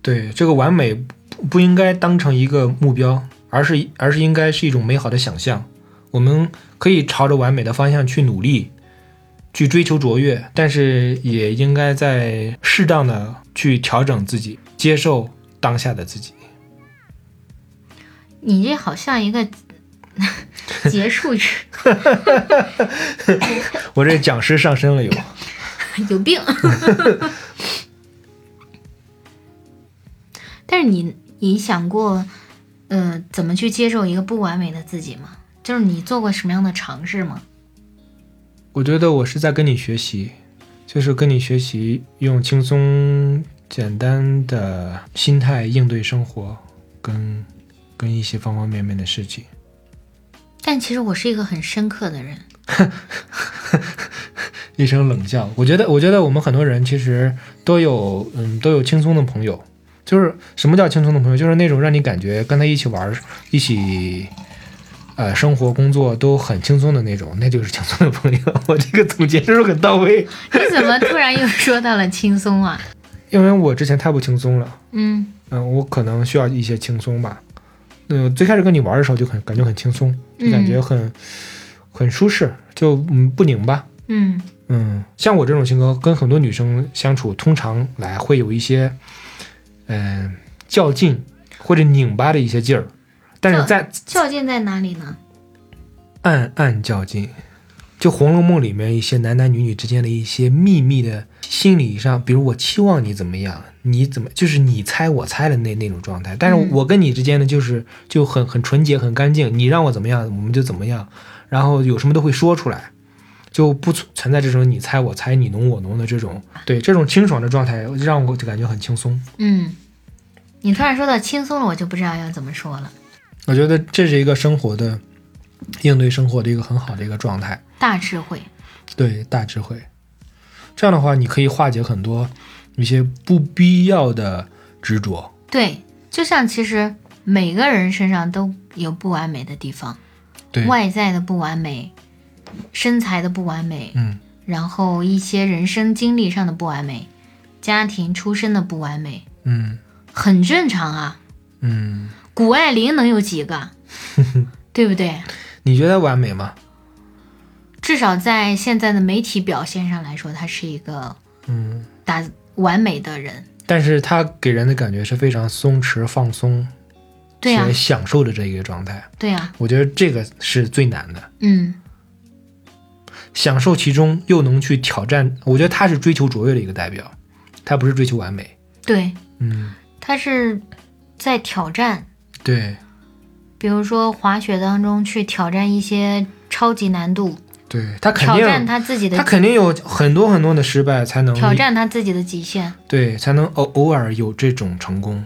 [SPEAKER 3] 对，这个完美不不应该当成一个目标，而是而是应该是一种美好的想象。我们可以朝着完美的方向去努力，去追求卓越，但是也应该在适当的去调整自己，接受当下的自己。
[SPEAKER 2] 你这好像一个 结束语，
[SPEAKER 3] 我这讲师上身了又。
[SPEAKER 2] 有病。但是你你想过，呃，怎么去接受一个不完美的自己吗？就是你做过什么样的尝试吗？
[SPEAKER 3] 我觉得我是在跟你学习，就是跟你学习用轻松简单的心态应对生活，跟跟一些方方面面的事情。
[SPEAKER 2] 但其实我是一个很深刻的人，
[SPEAKER 3] 一声冷笑。我觉得，我觉得我们很多人其实都有，嗯，都有轻松的朋友。就是什么叫轻松的朋友？就是那种让你感觉跟他一起玩儿、一起，呃，生活、工作都很轻松的那种，那就是轻松的朋友。 我这个总结是不是很到位？
[SPEAKER 2] 你怎么突然又说到了轻松啊？
[SPEAKER 3] 因为我之前太不轻松了，
[SPEAKER 2] 嗯，
[SPEAKER 3] 嗯，我可能需要一些轻松吧。嗯，最开始跟你玩儿的时候就很感觉很轻松，就感觉
[SPEAKER 2] 嗯
[SPEAKER 3] 很、很舒适，就嗯不拧巴。
[SPEAKER 2] 嗯
[SPEAKER 3] 嗯，像我这种性格，跟很多女生相处，通常来会有一些，嗯、较劲或者拧巴的一些劲儿，但是在
[SPEAKER 2] 较劲在哪里呢？
[SPEAKER 3] 暗暗较劲。就《红楼梦》里面一些男男女女之间的一些秘密的心理上，比如我期望你怎么样，你怎么就是你猜我猜的那那种状态。但是
[SPEAKER 2] 嗯
[SPEAKER 3] 我跟你之间呢，就是就很很纯洁、很干净，你让我怎么样，我们就怎么样，然后有什么都会说出来，就不存存在这种你猜我猜、你侬我侬的这种。对，这种清爽的状态让我就感觉很轻松。
[SPEAKER 2] 嗯，你突然说到轻松了，我就不知道要怎么说了。
[SPEAKER 3] 我觉得这是一个生活的应对生活的一个很好的一个状态。
[SPEAKER 2] 大智慧，
[SPEAKER 3] 对大智慧。这样的话，你可以化解很多一些不必要的执着。
[SPEAKER 2] 对，就像其实每个人身上都有不完美的地方，
[SPEAKER 3] 对，
[SPEAKER 2] 外在的不完美，身材的不完美，
[SPEAKER 3] 嗯，
[SPEAKER 2] 然后一些人生经历上的不完美，家庭出身的不完美，
[SPEAKER 3] 嗯
[SPEAKER 2] 很正常啊。
[SPEAKER 3] 嗯，
[SPEAKER 2] 谷爱凌能有几个？对不对？
[SPEAKER 3] 你觉得完美吗？
[SPEAKER 2] 至少在现在的媒体表现上来说，她是一个
[SPEAKER 3] 嗯，
[SPEAKER 2] 打完美的人。
[SPEAKER 3] 但是它给人的感觉是非常松弛、放松，
[SPEAKER 2] 对啊呀、
[SPEAKER 3] 且享受的这一个状态。
[SPEAKER 2] 对呀、
[SPEAKER 3] 我觉得这个是最难的，
[SPEAKER 2] 嗯，
[SPEAKER 3] 享受其中又能去挑战。我觉得他是追求卓越的一个代表，他不是追求完美。
[SPEAKER 2] 对，
[SPEAKER 3] 嗯，
[SPEAKER 2] 她是在挑战，
[SPEAKER 3] 对
[SPEAKER 2] 比如说滑雪当中去挑战一些超级难度，
[SPEAKER 3] 对，他肯
[SPEAKER 2] 挑战
[SPEAKER 3] 定
[SPEAKER 2] 她自己
[SPEAKER 3] 他
[SPEAKER 2] 的，
[SPEAKER 3] 肯定有很多很多的失败，才能
[SPEAKER 2] 挑战她自己的极限。
[SPEAKER 3] 对，才能偶偶尔有这种成功。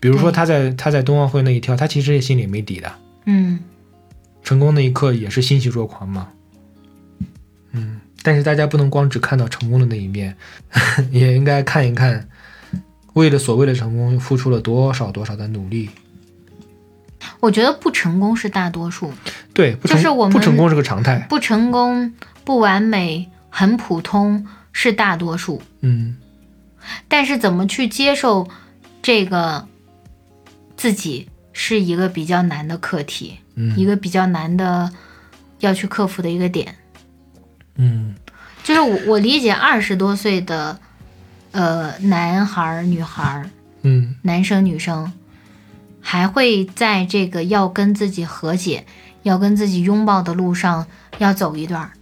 [SPEAKER 3] 比如说
[SPEAKER 2] 对
[SPEAKER 3] 他在他在冬奥会那一跳，他其实也心里没底的，
[SPEAKER 2] 嗯，
[SPEAKER 3] 成功那一刻也是欣喜若狂嘛。嗯，但是大家不能光只看到成功的那一面， 也应该看一看，为了所谓的成功付出了多少多少的努力。
[SPEAKER 2] 我觉得不成功是大多数，
[SPEAKER 3] 对，不成
[SPEAKER 2] 就是我们
[SPEAKER 3] 不成功是个常态。
[SPEAKER 2] 不成功、不完美、很普通是大多数，
[SPEAKER 3] 嗯，
[SPEAKER 2] 但是怎么去接受这个自己是一个比较难的课题，
[SPEAKER 3] 嗯
[SPEAKER 2] 一个比较难的要去克服的一个点。
[SPEAKER 3] 嗯
[SPEAKER 2] 就是我我理解二十多岁的呃男孩儿、女孩儿、
[SPEAKER 3] 嗯
[SPEAKER 2] 男生、女生，还会在这个要跟自己和解、要跟自己拥抱的路上要走一段儿。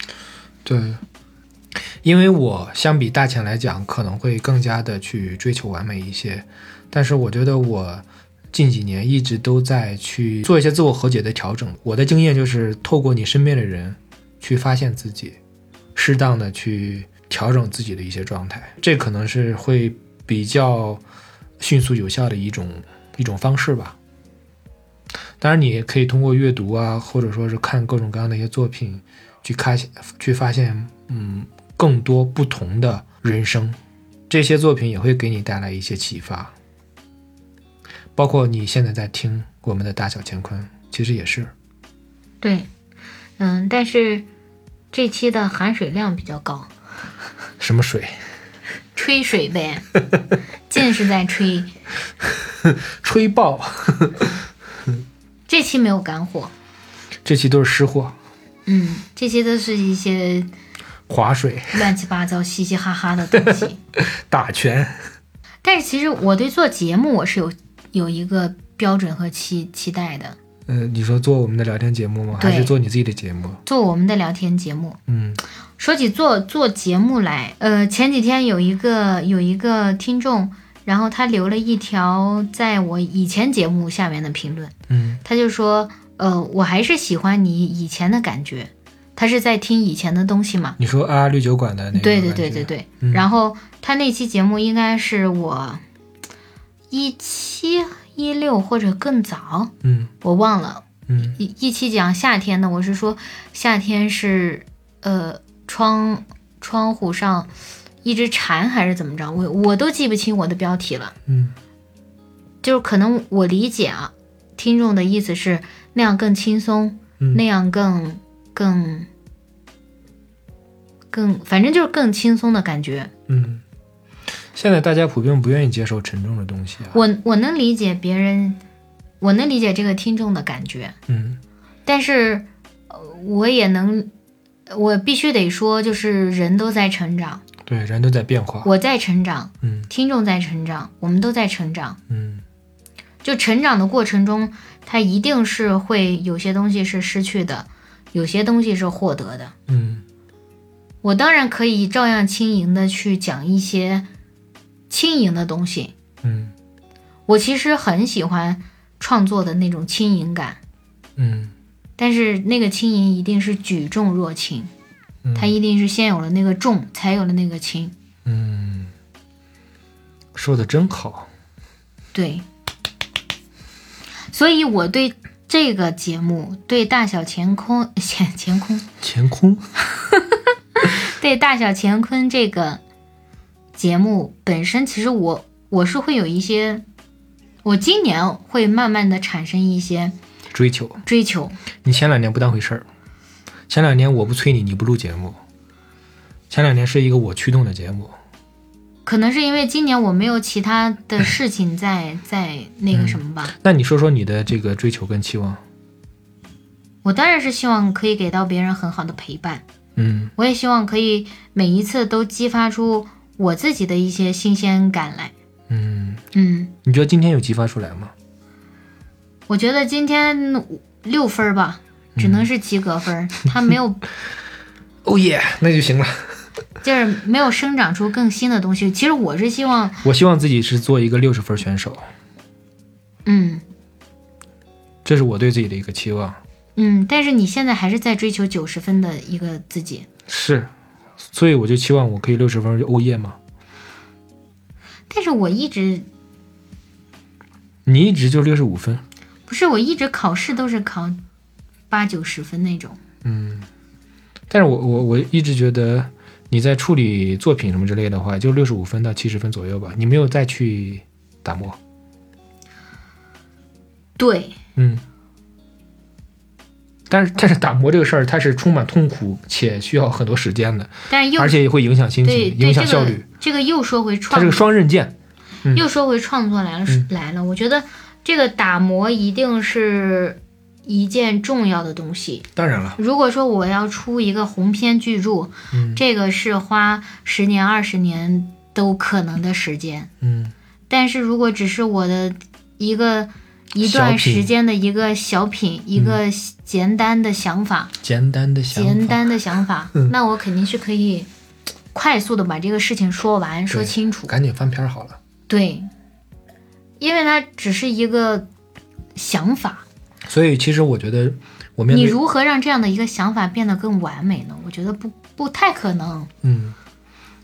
[SPEAKER 3] 对，因为我相比大钱来讲，可能会更加的去追求完美一些，但是我觉得我近几年一直都在去做一些自我和解的调整。我的经验就是透过你身边的人去发现自己，适当的去调整自己的一些状态，这可能是会比较迅速有效的一种一种方式吧。当然，你也可以通过阅读啊，或者说是看各种各样的一些作品，去看去发现，嗯，更多不同的人生。这些作品也会给你带来一些启发，包括你现在在听我们的大小乾坤，其实也是，
[SPEAKER 2] 对，嗯，但是这期的含水量比较高，
[SPEAKER 3] 什么水，
[SPEAKER 2] 吹水 呗，尽是在吹。
[SPEAKER 3] 吹爆，
[SPEAKER 2] 这期没有干货，
[SPEAKER 3] 这期都是湿货，
[SPEAKER 2] 嗯，这些都是一些
[SPEAKER 3] 划水，
[SPEAKER 2] 乱七八糟、嘻嘻哈哈的东西。
[SPEAKER 3] 打拳，
[SPEAKER 2] 但是其实我对做节目我是有有一个标准和期期待的，
[SPEAKER 3] 嗯、你说做我们的聊天节目吗？
[SPEAKER 2] 对
[SPEAKER 3] 还是做你自己的节目？
[SPEAKER 2] 做我们的聊天节目。
[SPEAKER 3] 嗯
[SPEAKER 2] 说起做做节目来，呃，前几天有一个有一个听众，然后他留了一条在我以前节目下面的评论，
[SPEAKER 3] 嗯
[SPEAKER 2] 他就说，呃，我还是喜欢你以前的感觉，他是在听以前的东西嘛。
[SPEAKER 3] 你说啊，绿酒馆的那个，
[SPEAKER 2] 对对对对，对。
[SPEAKER 3] 嗯
[SPEAKER 2] 然后他那期节目应该是我一七一六或者更早，
[SPEAKER 3] 嗯
[SPEAKER 2] 我忘了。
[SPEAKER 3] 嗯
[SPEAKER 2] 一一期讲夏天的，我是说夏天是呃窗窗户上一只蝉还是怎么着，我我都记不清我的标题了。
[SPEAKER 3] 嗯
[SPEAKER 2] 就是可能我理解啊，听众的意思是那样更轻松，
[SPEAKER 3] 嗯
[SPEAKER 2] 那样更更更，反正就是更轻松的感觉。
[SPEAKER 3] 嗯，现在大家普遍不愿意接受沉重的东西啊，
[SPEAKER 2] 我我能理解别人，我能理解这个听众的感觉，
[SPEAKER 3] 嗯
[SPEAKER 2] 但是呃我也能，我必须得说，就是人都在成长，
[SPEAKER 3] 对，人都在变化，
[SPEAKER 2] 我在成长，
[SPEAKER 3] 嗯
[SPEAKER 2] 听众在成长，我们都在成长。
[SPEAKER 3] 嗯
[SPEAKER 2] 就成长的过程中，它一定是会有些东西是失去的，有些东西是获得的。
[SPEAKER 3] 嗯
[SPEAKER 2] 我当然可以照样轻盈的去讲一些轻盈的东西。
[SPEAKER 3] 嗯
[SPEAKER 2] 我其实很喜欢创作的那种轻盈感，
[SPEAKER 3] 嗯
[SPEAKER 2] 但是那个轻盈一定是举重若轻，
[SPEAKER 3] 嗯
[SPEAKER 2] 它一定是先有了那个重，才有了那个轻。
[SPEAKER 3] 嗯，说的真好。
[SPEAKER 2] 对，所以我对这个节目，对大小乾坤 乾乾坤，
[SPEAKER 3] 乾坤，
[SPEAKER 2] 对大小乾坤这个节目本身，其实我我是会有一些，我今年会慢慢的产生一些
[SPEAKER 3] 追求。
[SPEAKER 2] 追求。
[SPEAKER 3] 你前两年不当回事儿，前两年我不催你，你不录节目。前两年是一个我驱动的节目，
[SPEAKER 2] 可能是因为今年我没有其他的事情在在那个什么吧，
[SPEAKER 3] 那你说说你的这个追求跟期望？
[SPEAKER 2] 我当然是希望可以给到别人很好的陪伴，
[SPEAKER 3] 嗯
[SPEAKER 2] 我也希望可以每一次都激发出我自己的一些新鲜感来。
[SPEAKER 3] 嗯，
[SPEAKER 2] 嗯，
[SPEAKER 3] 你觉得今天有激发出来吗？
[SPEAKER 2] 我觉得今天五六分儿吧，只能是及格分儿， 它没有
[SPEAKER 3] 哦耶，那就行了。
[SPEAKER 2] 就是没有生长出更新的东西。其实我是希望，
[SPEAKER 3] 我希望自己是做一个六十分选手，
[SPEAKER 2] 嗯
[SPEAKER 3] 这是我对自己的一个期望。
[SPEAKER 2] 嗯，但是你现在还是在追求九十分的一个自己，
[SPEAKER 3] 是，所以我就期望我可以六十分就 oh 欧耶嘛。
[SPEAKER 2] 但是我一直
[SPEAKER 3] 你一直就六十五分，
[SPEAKER 2] 不是，我一直考试都是考八九十分那种。
[SPEAKER 3] 但是我我我一直觉得你在处理作品什么之类的话，就六十五分到七十分左右吧，你没有再去打磨。
[SPEAKER 2] 对，
[SPEAKER 3] 嗯，但是但是打磨这个事儿，它是充满痛苦且需要很多时间的，
[SPEAKER 2] 但是又
[SPEAKER 3] 而且也会影响心
[SPEAKER 2] 对
[SPEAKER 3] 情，
[SPEAKER 2] 对
[SPEAKER 3] 影
[SPEAKER 2] 这
[SPEAKER 3] 响效
[SPEAKER 2] 个
[SPEAKER 3] 率。
[SPEAKER 2] 这个又说回
[SPEAKER 3] 它
[SPEAKER 2] 创
[SPEAKER 3] 是个双刃剑。嗯
[SPEAKER 2] 又说回创作来了、
[SPEAKER 3] 嗯
[SPEAKER 2] 来了，我觉得这个打磨一定是一件重要的东西。
[SPEAKER 3] 当然了，
[SPEAKER 2] 如果说我要出一个鸿篇巨著，
[SPEAKER 3] 嗯
[SPEAKER 2] 这个是花十年二十年都可能的时间。
[SPEAKER 3] 嗯
[SPEAKER 2] 但是如果只是我的一个一段
[SPEAKER 3] 小品
[SPEAKER 2] 时间的一个小品，一个简单的想法，
[SPEAKER 3] 简单的想法，嗯
[SPEAKER 2] 简单的想法，那我肯定是可以快速的把这个事情说完、说清楚。
[SPEAKER 3] 赶紧翻篇儿好了。
[SPEAKER 2] 对，因为它只是一个想法，
[SPEAKER 3] 所以其实我觉得我面
[SPEAKER 2] 你
[SPEAKER 3] 对
[SPEAKER 2] 如何让这样的一个想法变得更完美呢？我觉得不不太可能。
[SPEAKER 3] 嗯，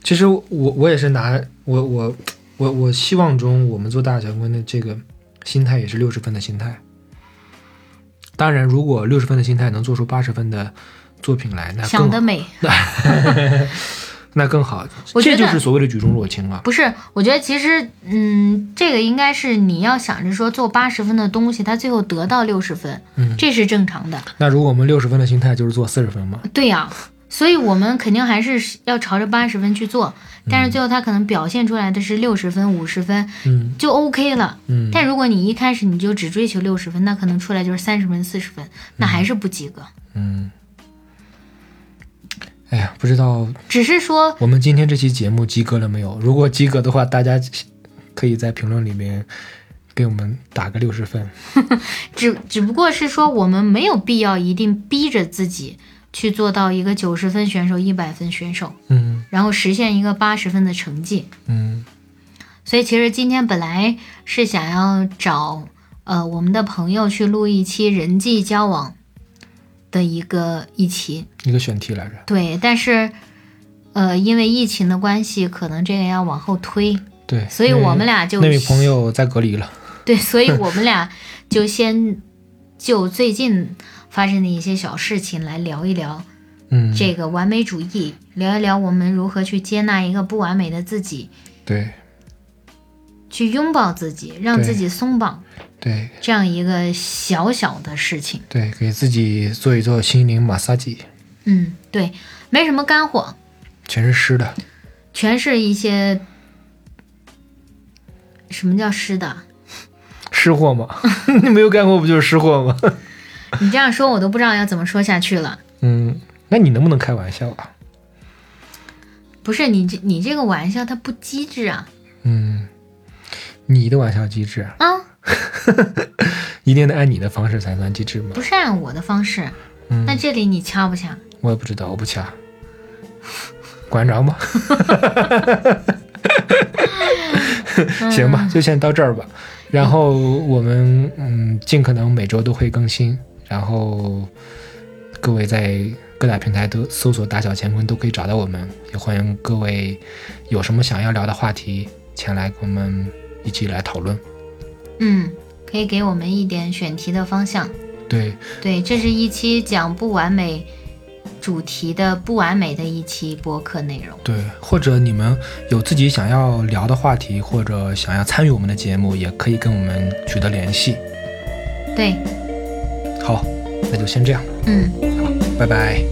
[SPEAKER 3] 其实我我也是拿我我我我希望中我们做大小官的这个心态也是六十分的心态。当然，如果六十分的心态能做出八十分的作品来，那
[SPEAKER 2] 想
[SPEAKER 3] 更
[SPEAKER 2] 得美，
[SPEAKER 3] 那更好。
[SPEAKER 2] 我觉
[SPEAKER 3] 这
[SPEAKER 2] 得
[SPEAKER 3] 就是所谓的举重若轻啊。
[SPEAKER 2] 不是？我觉得其实，嗯，这个应该是你要想着说做八十分的东西，它最后得到六十分，
[SPEAKER 3] 嗯
[SPEAKER 2] 这是正常的。
[SPEAKER 3] 那如果我们六十分的心态就是做四十分嘛？
[SPEAKER 2] 对呀、所以我们肯定还是要朝着八十分去做，但是最后它可能表现出来的是六十分、五十分
[SPEAKER 3] 嗯
[SPEAKER 2] 就 OK 了。
[SPEAKER 3] 嗯，
[SPEAKER 2] 但如果你一开始你就只追求六十分，那可能出来就是三十分、四十分，那还是不及格。
[SPEAKER 3] 嗯。哎呀，不知道
[SPEAKER 2] 只是说，
[SPEAKER 3] 我们今天这期节目及格了没有？如果及格的话，大家可以在评论里面给我们打个六十分。
[SPEAKER 2] 只只不过是说，我们没有必要一定逼着自己去做到一个九十分选手、一百分选手，
[SPEAKER 3] 嗯
[SPEAKER 2] 然后实现一个八十分的成绩。
[SPEAKER 3] 嗯
[SPEAKER 2] 所以其实今天本来是想要找呃我们的朋友去录一期人际交往的一个一期，，
[SPEAKER 3] 一个选题来着。
[SPEAKER 2] 对，但是呃因为疫情的关系，可能这个要往后推，
[SPEAKER 3] 对，
[SPEAKER 2] 所以
[SPEAKER 3] 那位
[SPEAKER 2] 我们俩就
[SPEAKER 3] 那位朋友在隔离了。
[SPEAKER 2] 对，所以我们俩就先就最近发生的一些小事情来聊一聊
[SPEAKER 3] 嗯，
[SPEAKER 2] 这个完美主义，聊一聊我们如何去接纳一个不完美的自己，
[SPEAKER 3] 对
[SPEAKER 2] 去拥抱自己，让
[SPEAKER 3] 对
[SPEAKER 2] 自己松绑，
[SPEAKER 3] 对
[SPEAKER 2] 这样一个小小的事情。
[SPEAKER 3] 对，给自己做一做心灵马杀鸡，
[SPEAKER 2] 嗯，对，没什么干货，
[SPEAKER 3] 全是湿的。
[SPEAKER 2] 全是一些什么叫湿的？
[SPEAKER 3] 湿货 嘛，你没有干过不就是湿货吗？
[SPEAKER 2] 你这样说，我都不知道要怎么说下去了。
[SPEAKER 3] 嗯，那你能不能开玩笑啊？
[SPEAKER 2] 不是你这你这个玩笑它不机智啊
[SPEAKER 3] 嗯，你的玩笑机制
[SPEAKER 2] 啊！
[SPEAKER 3] 一定得按你的方式才算机智嘛。
[SPEAKER 2] 不是按我的方式，
[SPEAKER 3] 嗯
[SPEAKER 2] 那这里你掐不掐？
[SPEAKER 3] 我也不知道，我不掐， 管得着吗？ 行吧，就先到这儿吧。然后我们嗯，尽可能每周都会更新。然后各位在各大平台都搜索“打小乾坤”都可以找到我们，也欢迎各位有什么想要聊的话题前来跟我们一起来讨论。
[SPEAKER 2] 嗯，可以给我们一点选题的方向。
[SPEAKER 3] 对，
[SPEAKER 2] 对，这是一期讲不完美主题的不完美的一期播客内容。
[SPEAKER 3] 对，或者你们有自己想要聊的话题，或者想要参与我们的节目，也可以跟我们取得联系。
[SPEAKER 2] 对，
[SPEAKER 3] 好，那就先这样，
[SPEAKER 2] 嗯。
[SPEAKER 3] 拜拜。